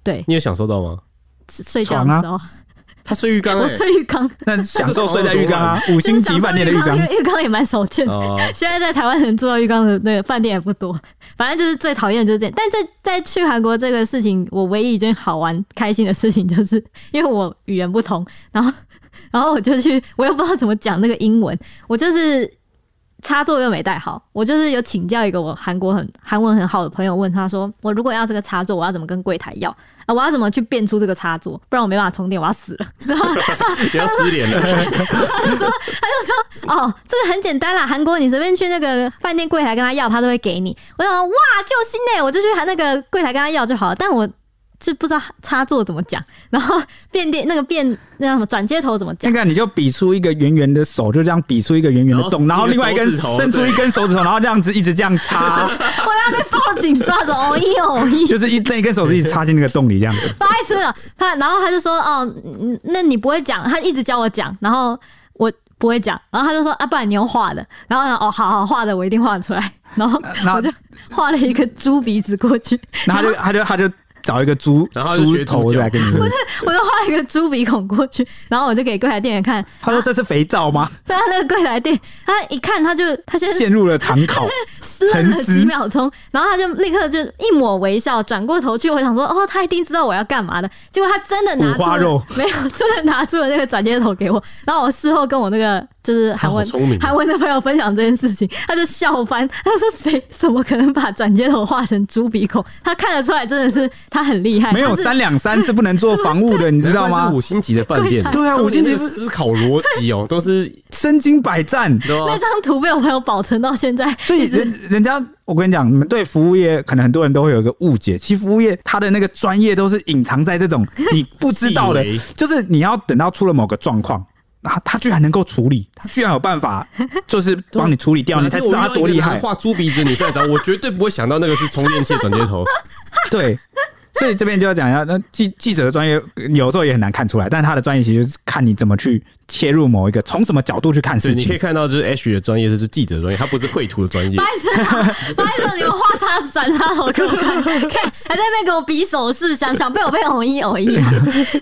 对，你有享受到吗？睡觉的时候、他睡浴缸我哎、睡浴缸，那享受睡在浴缸啊，五五 星级饭店的浴缸因，为浴缸也蛮少见的。 哦、现在在台湾能住到浴缸的那个饭店也不多，反正就是最讨厌的就是这样。但在在去韩国这个事情，我唯一一件好玩开心的事情，就是因为我语言不通，然后然后我就去， 我又不知道怎么讲那个英文，我就是插座又没带好，我就是有请教一个我韩国很韩文很好的朋友，问他说，我如果要这个插座，我要怎么跟柜台要啊？我要怎么去变出这个插座？不然我没办法充电，我要死了。不要失联了，哦，这个很简单啦，韩国你随便去那个饭店柜台跟他要，他都会给你。我想说哇，救星呢、我就去他那个柜台跟他要就好了。但我就不知道插座怎么讲，然后变电那个变那叫什么转接头怎么那 讲，个你就比出一个圆圆的手，就这样比出一个圆圆的洞，然然后后另外一根一个手指头伸出一根手指头，然后这样子一直这样 插，我要被报警抓走，哦一哦一， 就是一那一根手指一直插进那个洞里这样子。白痴了。他然后他就说哦，嗯那你不会讲，他一直教我讲，然后我不会讲，然后他就说啊，不然你用画的，然后呢哦，好好画的，我一定画得出来。然后那我就画了一个猪鼻子过去，然后他就他就他就找一个猪然后他就猪学猪头脚来给你闻， 我就画一个猪鼻孔过去，然后我就给柜台店员看，他说这是肥皂吗？对他那个柜台店，他一看他就他先陷入了长考。愣了沉思几秒钟，然后他就立刻就一抹微笑，转过头去，我想说哦，他一定知道我要干嘛的，结果他真的拿五出花了肉 没有，真的拿出了那个转接头给我，然后我事后跟我那个就是韩文他好聪明哦韩文的朋友分享这件事情，他就笑翻，他说谁怎么可能把转接头画成猪鼻孔？他看得出来真的是他很厉害，没有他是三两三是不能做防务的，你知道那是吗五？星级的饭店，对啊五星级他们那个思考逻辑 哦，都是身经百战。对吧、那张图被我朋友保存到现在，所以人人家，我跟你讲，你们对服务业可能很多人都会有一个误解，其实服务业它的那个专业都是隐藏在这种你不知道的细微，就是你要等到出了某个状况，啊，他居然能够处理，他居然有办法，就是帮你处理啊掉，你才知道他多厉害。画猪鼻子，你再找我， 绝对不会想到那个是充电器转 接头。 对，所以这边就要讲一下，那记记者的专业有时候也很难看出来，但他的专业其实就是看你怎么去切入某一个，从什么角度去看对，事你可情。以看到，就是 H 的专业是记者的专业，他不是绘图的专业白。痴啊！白痴！你们画叉子转叉头给我看，看还在那边给我比手势，想想被我被偶一偶一啊！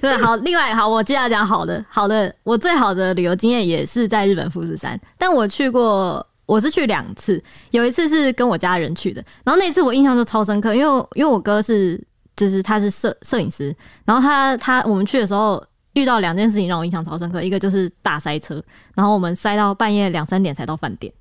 对，好，另外好，我接下来讲好的，好的，我最好的旅游经验也是在日本富士山，但我去过。我是去两次，有一次是跟我家人去的，然后那次我印象就超深刻，因为我因为我哥是就是他是摄摄影师，然后他他我们去的时候遇到两件事情让我印象超深刻，一个就是大塞车，然后我们塞到半夜两三点才到饭店，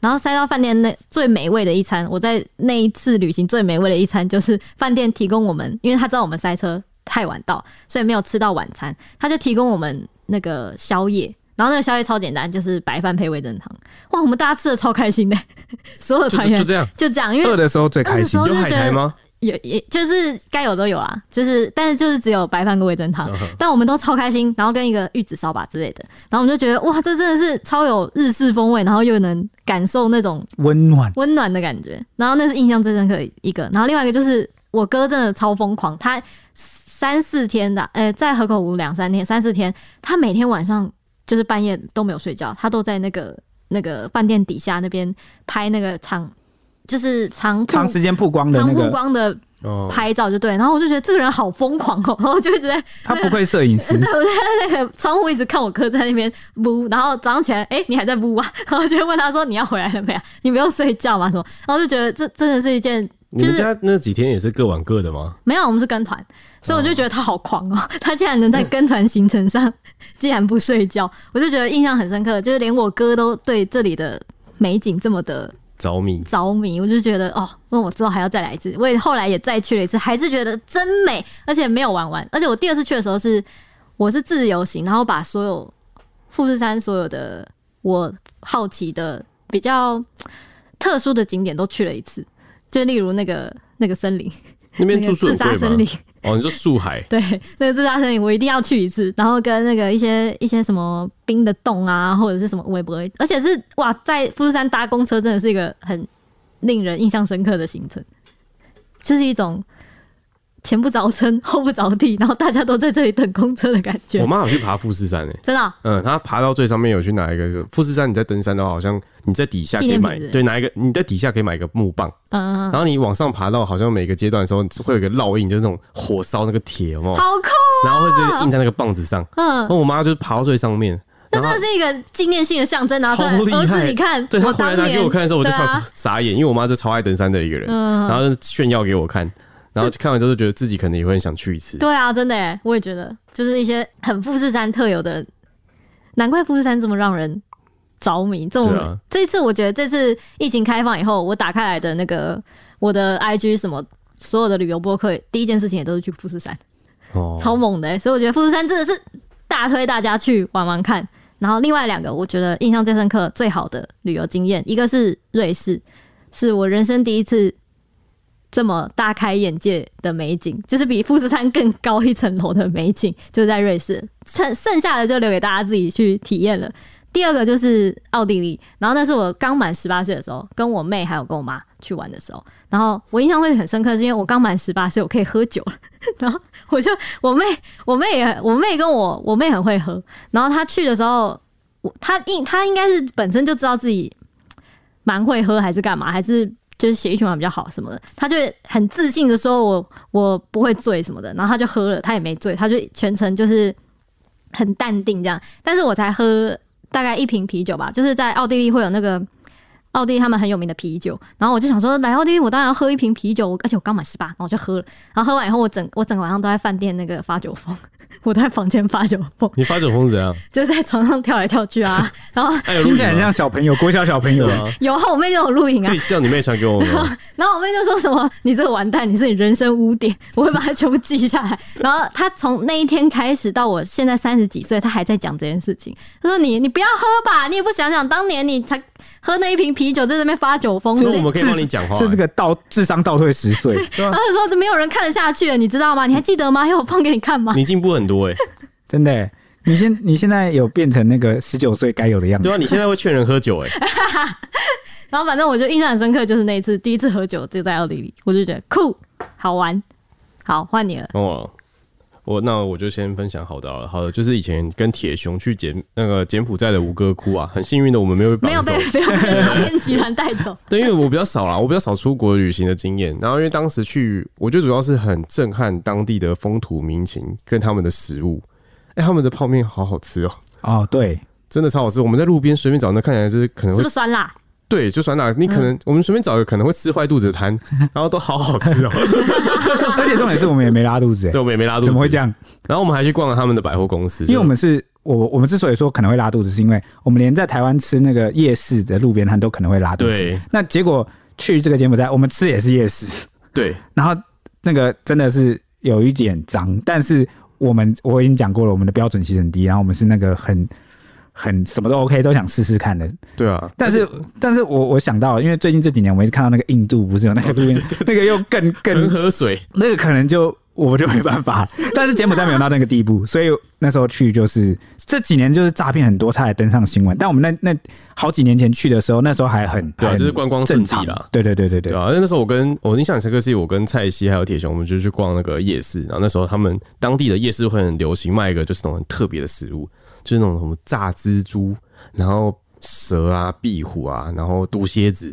然后塞到饭店那最美味的一餐，我在那一次旅行最美味的一餐就是饭店提供我们，因为他知道我们塞车太晚到，所以没有吃到晚餐，他就提供我们那个宵夜。然后那个宵夜超简单，就是白饭配味噌汤。哇，我们大家吃的超开心的， 所有就团是员就这样，就这样，因为饿的时候最开心饿。的有时候海就觉苔得吗？有也就是该有都有啦，就是但是就是只有白饭跟味噌汤，嗯 但我们都超开心，然后跟一个玉子烧吧之类的，然后我们就觉得哇，这真的是超有日式风味，然后又能感受那种温暖，温暖的感觉，然后那是印象最深刻的一个，然后另外一个就是我哥真的超疯狂，他三四天的，呃，在河口湖两三天三四天，他每天晚上就是半夜都没有睡觉，他都在那个那个饭店底下那边拍那个长就是长长时间曝光的长那曝个，光的哦，拍照就对，然后我就觉得这个人好疯狂哦， 然后就一直在他不愧摄影师，那个窗户一直看我哥在那边呜，然后早上起来，哎、你还在呜啊？ 然后就会问他说你要回来了没啊？你没有睡觉吗？什么？然后就觉得这真的是一件你们家那几天也是各玩各的吗？没有，我们是跟团，所以我就觉得他好狂哦、 他竟然能在跟团行程上竟然不睡觉，我就觉得印象很深刻，就是连我哥都对这里的美景这么的着迷，着迷，我就觉得哦，那我之后还要再来一次。我也后来也再去了一次，还是觉得真美，而且没有玩完。而且我第二次去的时候是我是自由行，然后把所有富士山所有的我好奇的比较特殊的景点都去了一次，就例如那个那个森林，那边那住个宿自很杀贵森吗林？，哦，你说树海 对，那个自杀森林我一定要去一次，然后跟那个一些一些什么冰的洞啊，或者是什么微博，而且是哇，在富士山搭公车真的是一个很令人印象深刻的行程，这是一种前不着村后不着地，然后大家都在这里等公车的感我觉，妈有去爬富士山诶、真的啊、嗯，她爬到最上面有去拿一个富士山，你在登山的话，好像你在底下可纪以念品买是不，是对，拿一个你在底下可以买一个木棒，嗯，然后你往上爬到好像每个阶段的时候会有一个烙印，就是那种火烧那个铁，有没有？好酷，然后会直接印在那个棒子上。嗯然。后我妈就是爬到最上面，那然真后的是一个纪念性的象征，拿出来，超厉害儿子，你看，对她回来当拿年给我看的时候，我就对想说啊，傻眼，因为我妈是超爱登山的一个人，嗯然后就炫耀给我看，然后看完之后就觉得自己可能也会很想去一次。对啊，真的耶，我也觉得，就是一些很富士山特有的，难怪富士山这么让人着迷。这么、对啊这一次，我觉得这次疫情开放以后，我打开来的那个我的 IG 什么。所有的旅游播客第一件事情也都是去富士山，哦，超猛的耶、欸所以我觉得富士山真的是大推大家去玩玩看。然后另外两个我觉得印象最深刻、最好的旅游经验，一个是瑞士，是我人生第一次这么大开眼界的美景，就是比富士山更高一层楼的美景，就在瑞士。剩剩下的就留给大家自己去体验了。第二个就是奥地利，然后那是我刚满十八岁的时候，跟我妹还有跟我妈去玩的时候，然后我印象会很深刻，是因为我刚满十八岁，我可以喝酒了， 然后我就我妹我妹也我妹跟我我妹很会喝，然后她去的时候，我她应她应该是本身就知道自己蛮会喝还是干嘛，还是就是血液循环比较好什么的，她就很自信的说我我不会醉什么的，然后她就喝了，她也没醉，她就全程就是很淡定这样，但是我才喝大概一瓶啤酒吧，就是在奥地利会有那个。奥地利他们很有名的啤酒，然后我就想说，来奥地利我当然要喝一瓶啤酒，我而且我刚满十八，然后我就喝了，然后喝完以后，我整我整个晚上都在饭店那个发酒疯， 我都在房间发酒疯，你发酒疯怎样？就是在床上跳来跳去啊，然后 哎，有录听影起来很吗像小朋友，国小小朋友对。啊，有后我妹就有录影啊可以，叫你妹传给我们吗？然后我妹就说什么：“你这个完蛋，你是你人生污点，我会把它全部记下来。”然后她从那一天开始到我现在三十几岁，她还在讲这件事情。她说你：“你不要喝吧，你也不想想当年你才喝那一瓶啤酒，在这边发酒疯。”就是我们可以帮你讲话、是这个倒智商倒退十岁，嗯然后她说：“这没有人看得下去了，你知道吗？你还记得吗？要我放给你看吗？”你进步很多哎、真的欸。你现你现在有变成那个十九岁该有的样子对，啊，你现在会劝人喝酒哎、然后反正我就印象很深刻，就是那一次第一次喝酒就在奥地利，我就觉得酷好玩。好，换你了。哦，我那我就先分享好的好了，好的，就是以前跟铁熊去柬那个柬埔寨的吴哥窟啊，很幸运的我们没有被没有绑走被，没有被诈骗集团带 走，对，因为我比较少啦，我比较少出国旅行的经验，然后因为当时去，我觉得主要是很震撼当地的风土民情跟他们的食物，哎、他们的泡面好好吃哦、哦，对，真的超好吃，我们在路边随便找那看起来就是可能是会不是酸辣？对，就酸辣，你可嗯能、我们随便找一个可能会吃坏肚子的摊，然后都好 好吃哦、而且重点是我们也没拉肚子、对，我们也没拉哎，肚子，怎么会这？样？然后我们还去逛了他们的百货公司，因为我们是我我们之所以说可能会拉肚子，是因为我们连在台湾吃那个夜市的路边摊都可能会拉肚子。对那结果去这个柬埔寨，我们吃也是夜市，对然后那个真的是有一点脏，但是我们我已经讲过了，我们的标准其实很低，然后我们是那个很很什么都 OK 都想试试看的，对啊，但是，但是我我想到，因为最近这几年我一直看到那个印度不是有那个路边，那个又更恒更河水那个可能就我就没办法。但是柬埔寨没有到那个地步，所以那时候去就是这几年就是诈骗很多，才登上新闻。但我们那那好几年前去的时候，那时候还很对啊很就是观光正胜地常啦对对对对对对啊，那时候我跟我印象很深刻是，我跟蔡西还有铁熊，我们就去逛那个夜市，然后那时候他们当地的夜市会很流行卖一个就是那种很特别的食物，就是那种什么炸蜘蛛，然后蛇啊、壁虎啊，然后毒蝎子，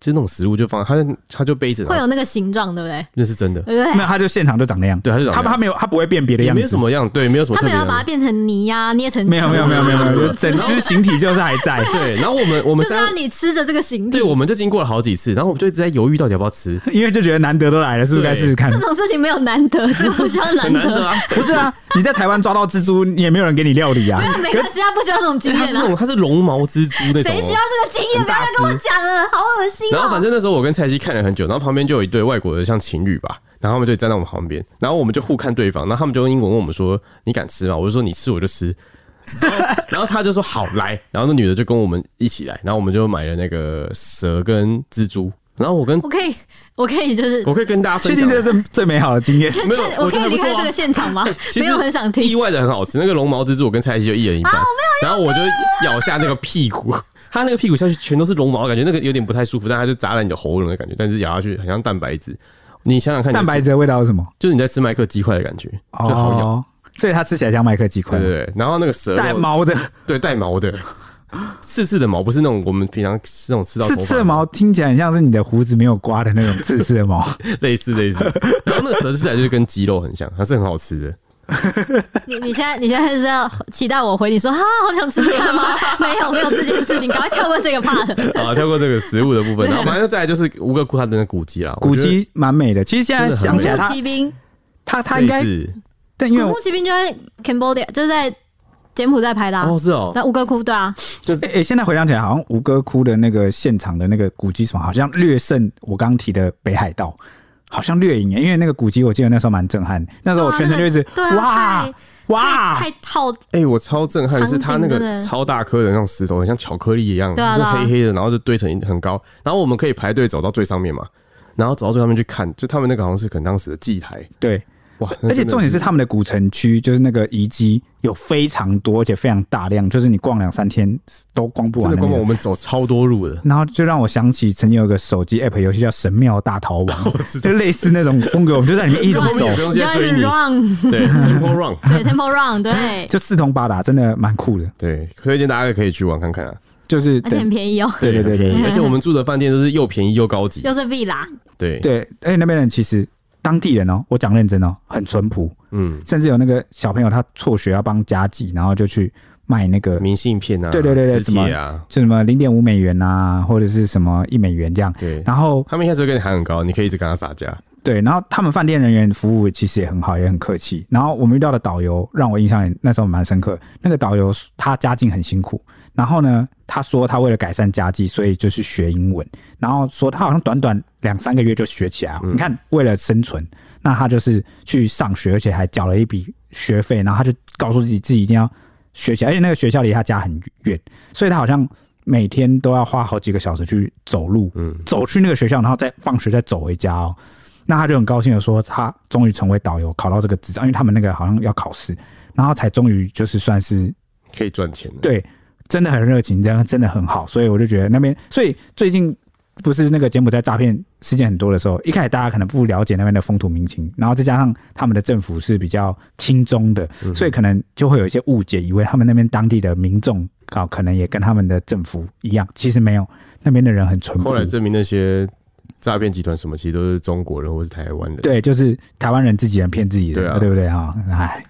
就是那种食物就放，它就它就背着，会然后有那个形状，对不对？那是真的，对不没有对？他就现场就长那样，对它就长他那样他没有他不会辨别的也样没子，有什么样，对，没有什么他特们别要把它的。变成泥呀、捏成没有球没有没有没有没有，没有就整只形体就是还在。 对，然后我们我们 就是三让你吃着这个形体对，。我们就经过了好几次，然后我们就一直在犹豫到底要不要吃，因为就觉得难得都来了，是不是该试试看这？种事情没有难 得，这个不需要难很难得得。啊。不是啊，你在台湾抓到蜘蛛，你也没有人给你料 理啊。没关系，他不需要这种经它是验那啊种。它是绒毛蜘蛛那种、谁哦。需要这个经验？很不要大再只跟我讲了，好恶心 然后哦、反正那时候我跟蔡西看了很久，然后旁边就有一对外国的像情侣吧，然后他们就站在我们旁边，然后我们就互看对方，然后他们就用英文问我们说：“你敢吃吗？”我就说：“你吃我就吃。” 然后然后他就说：“好来。”然后那女的就跟我们一起来，然后我们就买了那个蛇跟蜘蛛。然后我跟我可以，我可以，就是我可以跟大家分确享定，这是最美好的经验。没有，我我可觉得以还离不错开这啊？个。现场吗 其没实有很想意听。外的很好吃。那个绒毛蜘蛛，我跟蔡西就一人一半，然后我就咬下那个屁股， 它那个屁股下去全都是绒毛，感觉那个有点不太舒服，但它就扎在你的喉咙的感觉，但是咬下去很像蛋白质。你想想看，蛋白质的味道是什么？就是你在吃麦克鸡块的感觉，就好咬，哦，所以它吃起来像麦克鸡块对，对对。然后那个蛇带肉，毛的，对带毛的，刺刺的毛，不是那种我们平常吃那种吃到刺头发刺的毛听起来很像是你的胡子没有刮的那种刺刺的 毛。类似 类似。然后那个蛇吃起来就是跟鸡肉很像，它是很好吃的。你你现在你现在是要期待我回你说啊，好想吃干吗？没有没有这件事情，赶快跳过这个 part。啊，跳过这个食物的部分，然后反正再来就是吴哥窟它的那古迹啦，古我觉得迹蛮美的，其实现在想古起来墓它，奇兵，它它应类该，似但因古为我墓奇兵就在 Cambodia，就是在柬埔寨拍的、啊哦。是哦，那吴哥窟对啊，就是诶、诶现在回想起来，好像吴哥窟的那个现场的那个古迹什么，好像略胜我刚提的北海道，好像略赢耶。因为那个古迹，我记得那时候蛮震撼，那时候我全程就一直对啊哇太哇太，太套哎、我超震撼，场是它景那真的个超大颗的那种石头，很像巧克力一样，对啊就对啊是黑黑的，然后就堆成一很高。然后我们可以排队走到最上面嘛，然后走到最上面去看，就他们那个好像是可能当时的祭台，对。哇！那而且真的重点是他们的古城区，就是那个遗迹有非常多，而且非常大量，就是你逛两三天都逛不真完的的那光我种。们走超多路 的，然后就让我想起曾经有一个手机 app 游戏叫《神庙大逃 亡》知，就类似那种风格，我们就在里面 一直后面走有，个东啊你西就要一在追直 run，你， 对，Temple Run，对 Temple Run，对，就四通八达，真的蛮酷的。对，推荐大家可以去玩看看啊。就是而且很对便宜哦， 对对对对而且我们住的饭店都是又便宜又高级又，是啊 villa，对，对，而且那边人其实当地人哦，我讲认真哦，很淳朴，嗯，甚至有那个小朋友他辍学要帮家计，然后就去卖那个明信片啊，对对对对磁铁啊，就什么零点五美元啊，或者是什么一美元这样。对，然后他们一开始会跟你喊很高，你可以一直跟他撒价，对，然后他们饭店人员服务其实也很好，也很客气。然后我们遇到的导游让我印象也那时候蛮深刻。那个导游他家境很辛苦，然后呢，他说他为了改善家境，所以就是学英文。然后说他好像短短两三个月就学起来了。你看，为了生存，那他就是去上学，而且还缴了一笔学费。然后他就告诉自己，自己一定要学起来，而且那个学校离他家很远，所以他好像每天都要花好几个小时去走路，嗯走去那个学校，然后再放学再走回家哦。那他就很高兴的说，他终于成为导游，考到这个执照，因为他们那个好像要考试，然后才终于就是算是可以赚钱的。对，真的很热情，这样真的很好，所以我就觉得那边，所以最近不是那个柬埔寨诈骗事件很多的时候，一开始大家可能不了解那边的风土民情，然后再加上他们的政府是比较轻中的，嗯所以可能就会有一些误解，以为他们那边当地的民众啊，可能也跟他们的政府一样，其实没有，那边的人很淳朴后。来证明那些诈骗集团什么，其实都是中国人或是台湾人。对，就是台湾人自己人骗自己人，对啊对不对啊？哎，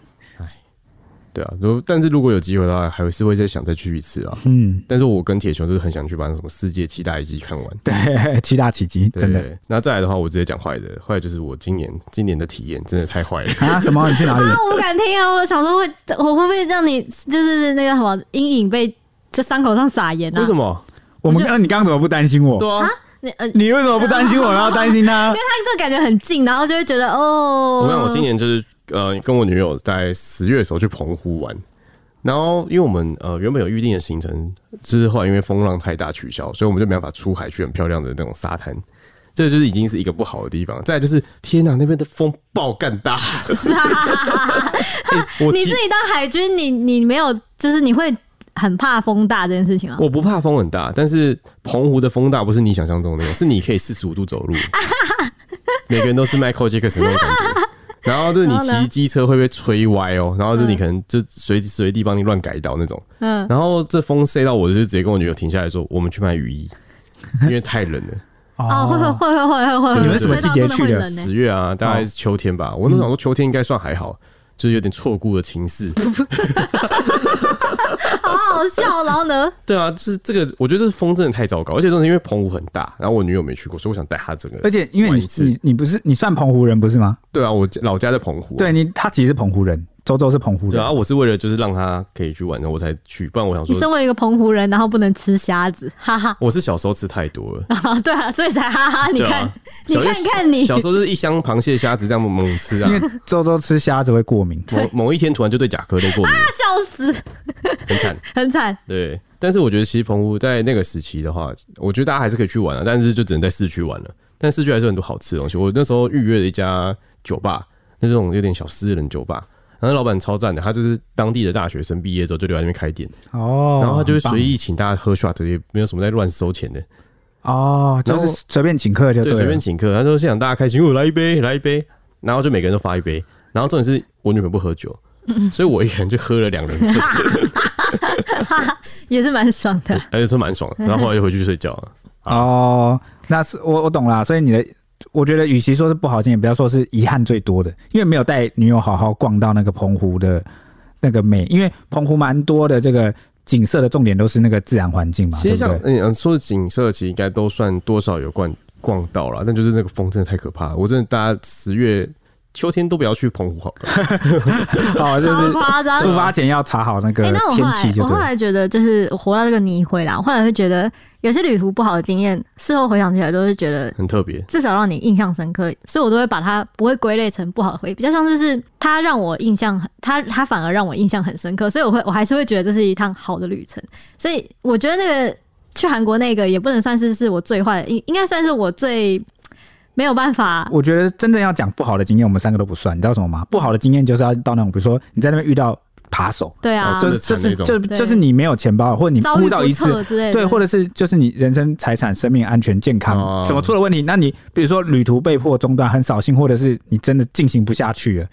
对啊，如但是如果有机会的话，还是会再想再去一次啊。嗯，但是我跟铁熊就是很想去把什么世界七大遗迹看完。 对，七大奇迹，对真的。那再来的话，我直接讲坏的，坏的就是我今年今年的体验真的太坏了。啊？什么？你去哪里？啊，我不敢听啊！我想说会，我会不会让你就是那个什么阴影被这伤口上撒盐啊？为什么？我们刚你刚刚怎么不担心我？对啊，你呃，因为你为什么不担心我，然后担心他？他这个感觉很近，然后就会觉得哦，我想我今年就是呃，跟我女友在十月的时候去澎湖玩，然后因为我们呃原本有预定的行程，之后来因为风浪太大取消，所以我们就没办法出海去很漂亮的那种沙滩。这就是已经是一个不好的地方。再来就是，天哪，那边的风暴干大！ 欸 我你其自己当海军，你你没有，就是你会很怕风大这件事情吗？我不怕风很大，但是澎湖的风大不是你想象中的那种，是你可以四十五度走路，每个人都是 Michael Jackson 那种感觉。然后就是你然后呢骑机车会被吹歪哦，然后就是你可能就随随地帮你乱改道那种。嗯然后这风塞到我，就直接跟我女友停下来说，我们去买雨衣，因为太冷了。哦，会会会会会会会，你们什么吹到季节真的会去的冷欸十月啊，大概是秋天吧。我那时候想说秋天应该算还好，就是有点错过了情势。好好笑。然后呢，对啊，就是这个，我觉得这风真的太糟糕，而且真的因为澎湖很大，然后我女友没去过，所以我想带她整个而。且因为玩你一次你你不是你算澎湖人不是吗？对啊，我老家在澎湖啊、对你，他其实是澎湖人，周周是澎湖对人啊，，我是为了就是让他可以去玩，然后我才去，不然我想你身说，为一个澎湖人，然后不能吃虾子，哈哈。 我是小时候吃太多了。啊，对啊，所以才哈哈，你对看，啊你小时候看看你，小时候就是一箱螃蟹、虾子这样猛吃 啊因，为周周吃虾子会过敏。某某一天突然就对甲壳类过敏，笑死，很惨。很惨。对，但是我觉得其实澎湖在那个时期的话，我觉得大家还是可以去玩啊，但是就只能在市区玩了。但市区还是有很多好吃的东西。我那时候预约了一家酒吧，那种有点小私人酒吧，然后老板超赞的，他就是当地的大学生，毕业之后就留在那边开店，哦，然后他就会很棒随意请大家喝 shot，也没有什么在乱收钱的。哦，就然后是随便请客就对，对随了便。请客。他说现场大家开心，哦我来一杯，来一杯，然后就每个人都发一杯。然后重点是我女朋友不喝酒，嗯所以我一个人就喝了两 人份，也是蛮爽的。而且说蛮爽的。然后后来就回去睡觉 了。啊哦，那是我我懂啦，所以你的。我觉得，与其说是不好经验，不要说是遗憾最多的，因为没有带女友好好逛到那个澎湖的那个美，因为澎湖蛮多的这个景色的重点都是那个自然环境嘛，其实像对不对？嗯嗯说景色，其实应该都算多少有逛逛到了，但就是那个风真的太可怕了。我真的大家十月秋天都不要去澎湖好 了。哦，就超是夸张。出发前要查好那个哎、那我后天来气就我对后了。来觉得，就是我活到这个泥灰啦，我后来会觉得有些旅途不好的经验，事后回想起来都是觉得。很特别，至少让你印象深刻，所以我都会把它不会归类成不好的回忆，比较像就是它让我印象，它它反而让我印象很深刻，所以我会我还是会觉得这是一趟好的旅程。所以我觉得那个去韩国那个也不能算是是我最坏的，应应该算是我最没有办法我觉得真正要讲不好的经验，我们三个都不算，你知道什么吗？不好的经验就是要到那种，比如说你在那边遇到扒手，对啊，哦真就的是就惨那是种就对就是你没有钱包，或者你遭遇遇到不一次，测之类的，对，或者是就是你人身、财产、生命安全、健康、哦什么出了问题，那你比如说旅途被迫中断，很扫兴，或者是你真的进行不下去了，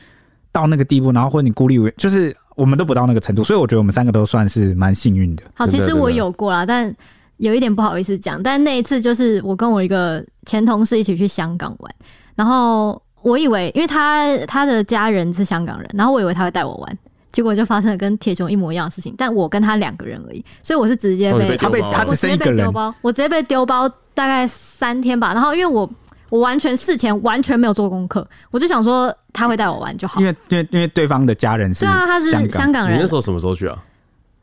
到那个地步，然后或者你孤立无援，就是我们都不到那个程度，所以我觉得我们三个都算是蛮幸运的。好，真其的实真我的有过啦，但有一点不好意思讲。但那一次就是我跟我一个前同事一起去香港玩，然后我以为，因为他他的家人是香港人，然后我以为他会带我玩。结果就发生了跟铁熊一模一样的事情，但我跟他两个人而已，所以我是直接哦你被被他被丢包了他只我直剩接一个被人丢，包，我直接被丢包大概三天吧。然后因为我我完全事前完全没有做功课，我就想说他会带我玩就好因。为因为因为对方的家人是对啊，他是香香港，港你人那时，候什么时候去啊？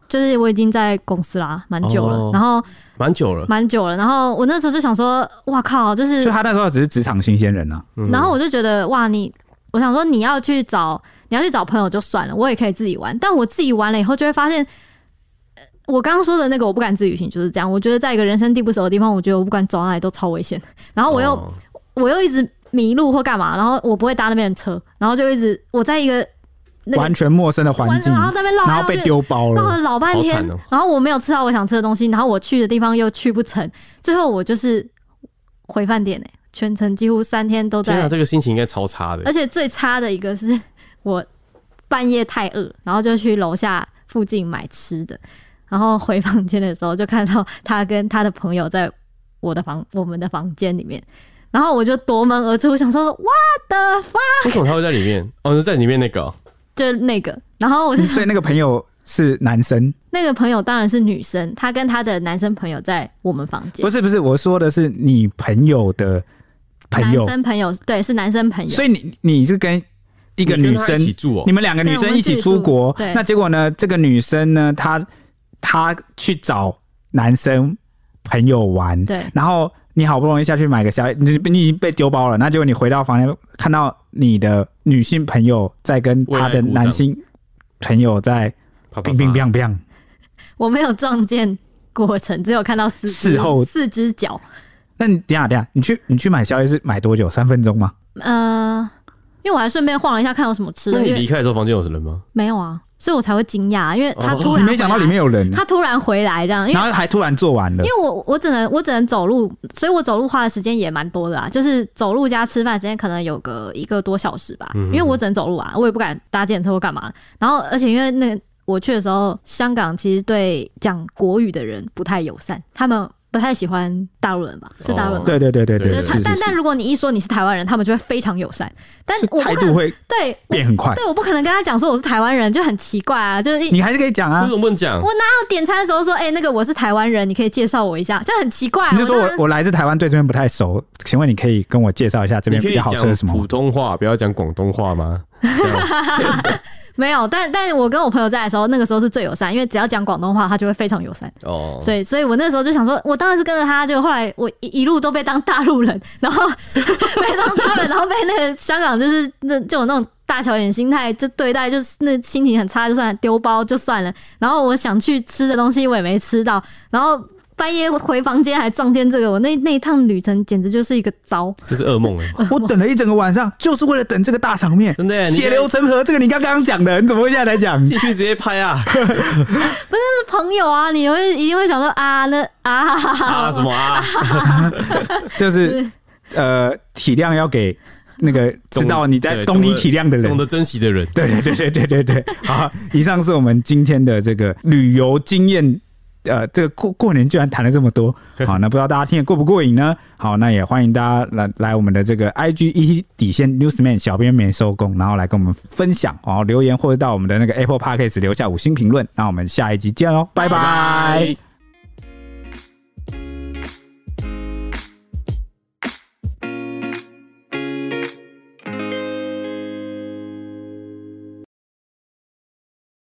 就是我已经在公司啦，蛮久了。哦然后蛮久了， 蛮久了。然后我那时候就想说，哇靠，就是所以，他那时候只是职场新鲜人啊。然后我就觉得哇，你，我想说你要去找你要去找朋友就算了，我也可以自己玩。但我自己玩了以后，就会发现。呃我刚刚说的那个我不敢自己旅行就是这样，我觉得在一个人生地不熟的地方，我觉得我不管走到哪里都超危险。 然后我又、哦我又一直迷路或干嘛，然后我不会搭那边的车，然后就一直我在一个那个完全陌生的环境，然后在那边绕来然绕后被去丢包闹了了。老半好天惨哦，然后我没有吃到我想吃的东西，然后我去的地方又去不成，最后我就是回饭店哎、全程几乎三天都天啊，在，这个心情应该超差的 而。且最差的一个是我半夜太饿，然后就去楼下附近买吃的，然后回房间的时候就看到他跟他的朋友在我的房我们的房间里面。然后我就夺门而出，想说 What the fuck？为什么他会在里面？哦，是在里面那个哦就是那个，然后嗯我就所以那个朋友是男 生，那个朋友当然是女生，她跟她的男生朋友在我们房间不，是不是，我说的是你朋友的朋友男，生朋友对是男生朋友，所以你你是跟一一个女生一起住哦、你们两个女对我生们一起自己出住国，对那结果呢？这个女生呢，她她去找男生朋友玩，对然后你好不容易下去买个宵夜，你你已经被丢包了，那结果你回到房间看到你的女性朋友在跟她的为爱鼓掌男性朋友在啪啪啪乒乒乓乓，我没有撞见过程，只有看到四只事后四只脚，那你等一下等一下，你去你去买宵夜是买多久？三分钟吗？呃，因为我还顺便晃了一下看有什么吃那的，你因为离开的时候房间有人吗？没有啊，所以我才会惊讶，因为他哦突你然没想到里面有人回来，，他突然回来这样，啊因为然后还突然做完了因。为我我只能我只能走路，所以我走路花的时间也蛮多的啊，就是走路加吃饭时间可能有个一个多小时吧，嗯因为我只能走路啊，我也不敢搭电车或干嘛。然后而且因为那个我去的时候，香港其实对讲国语的人不太友善，他们不太喜欢大陆人吧？是大陆人吗？哦对对对对对，就是是他，是但但是，如果你一说你是台湾人，他们就会非常友善。但这我不态可度能会对我变很快。对，我不可能跟他讲说我是台湾人，就很奇怪啊。就是一你还是可以讲啊为什，么不能讲我？要点餐的时候说，哎、那个我是台湾人，你可以介绍我一下，这样很奇怪、啊。你就说当我然我来自台湾，对这边不太熟，请问你可以跟我介绍一下这你边可比以较好吃的讲什么普吗？通话，不要讲广东话吗？这样没有，但但我跟我朋友在的时候，那个时候是最友善，因为只要讲广东话，他就会非常友善。哦，所以，所以我那时候就想说，我当然是跟着他，就后来我一一路都被当大陆人，然后被当大陆人，然后被 那个香港就是那就有那种大小眼心态，就对待就是那心情很差，就算了丢包就算了。然后我想去吃的东西我也没吃到，然后半夜回房间还撞见这个，我那那一趟旅程简直就是一个糟。这是噩梦哎、我等了一整个晚上，就是为了等这个大场面，真的耶你血流成河。这个你刚刚讲的，你怎么会现在才 讲？进去直接拍啊是朋友啊，你会一定会想说啊那啊哈哈啊什么啊？就是呃，体谅要给那个 知道你在对懂你体谅的懂人。得珍惜的人， 对对对对对对对。好，以上是我们今天的这个旅游经验。呃，这个过过年居然谈了这么多，好，那不知道大家听得过不过瘾呢？好，那也欢迎大家来来我们的这个 IG 一底线 Newsman 小编没收工，然后来跟我们分享，哦然后留言或者到我们的那个 Apple Podcast 留下五星评论。那我们下一集见喽，拜拜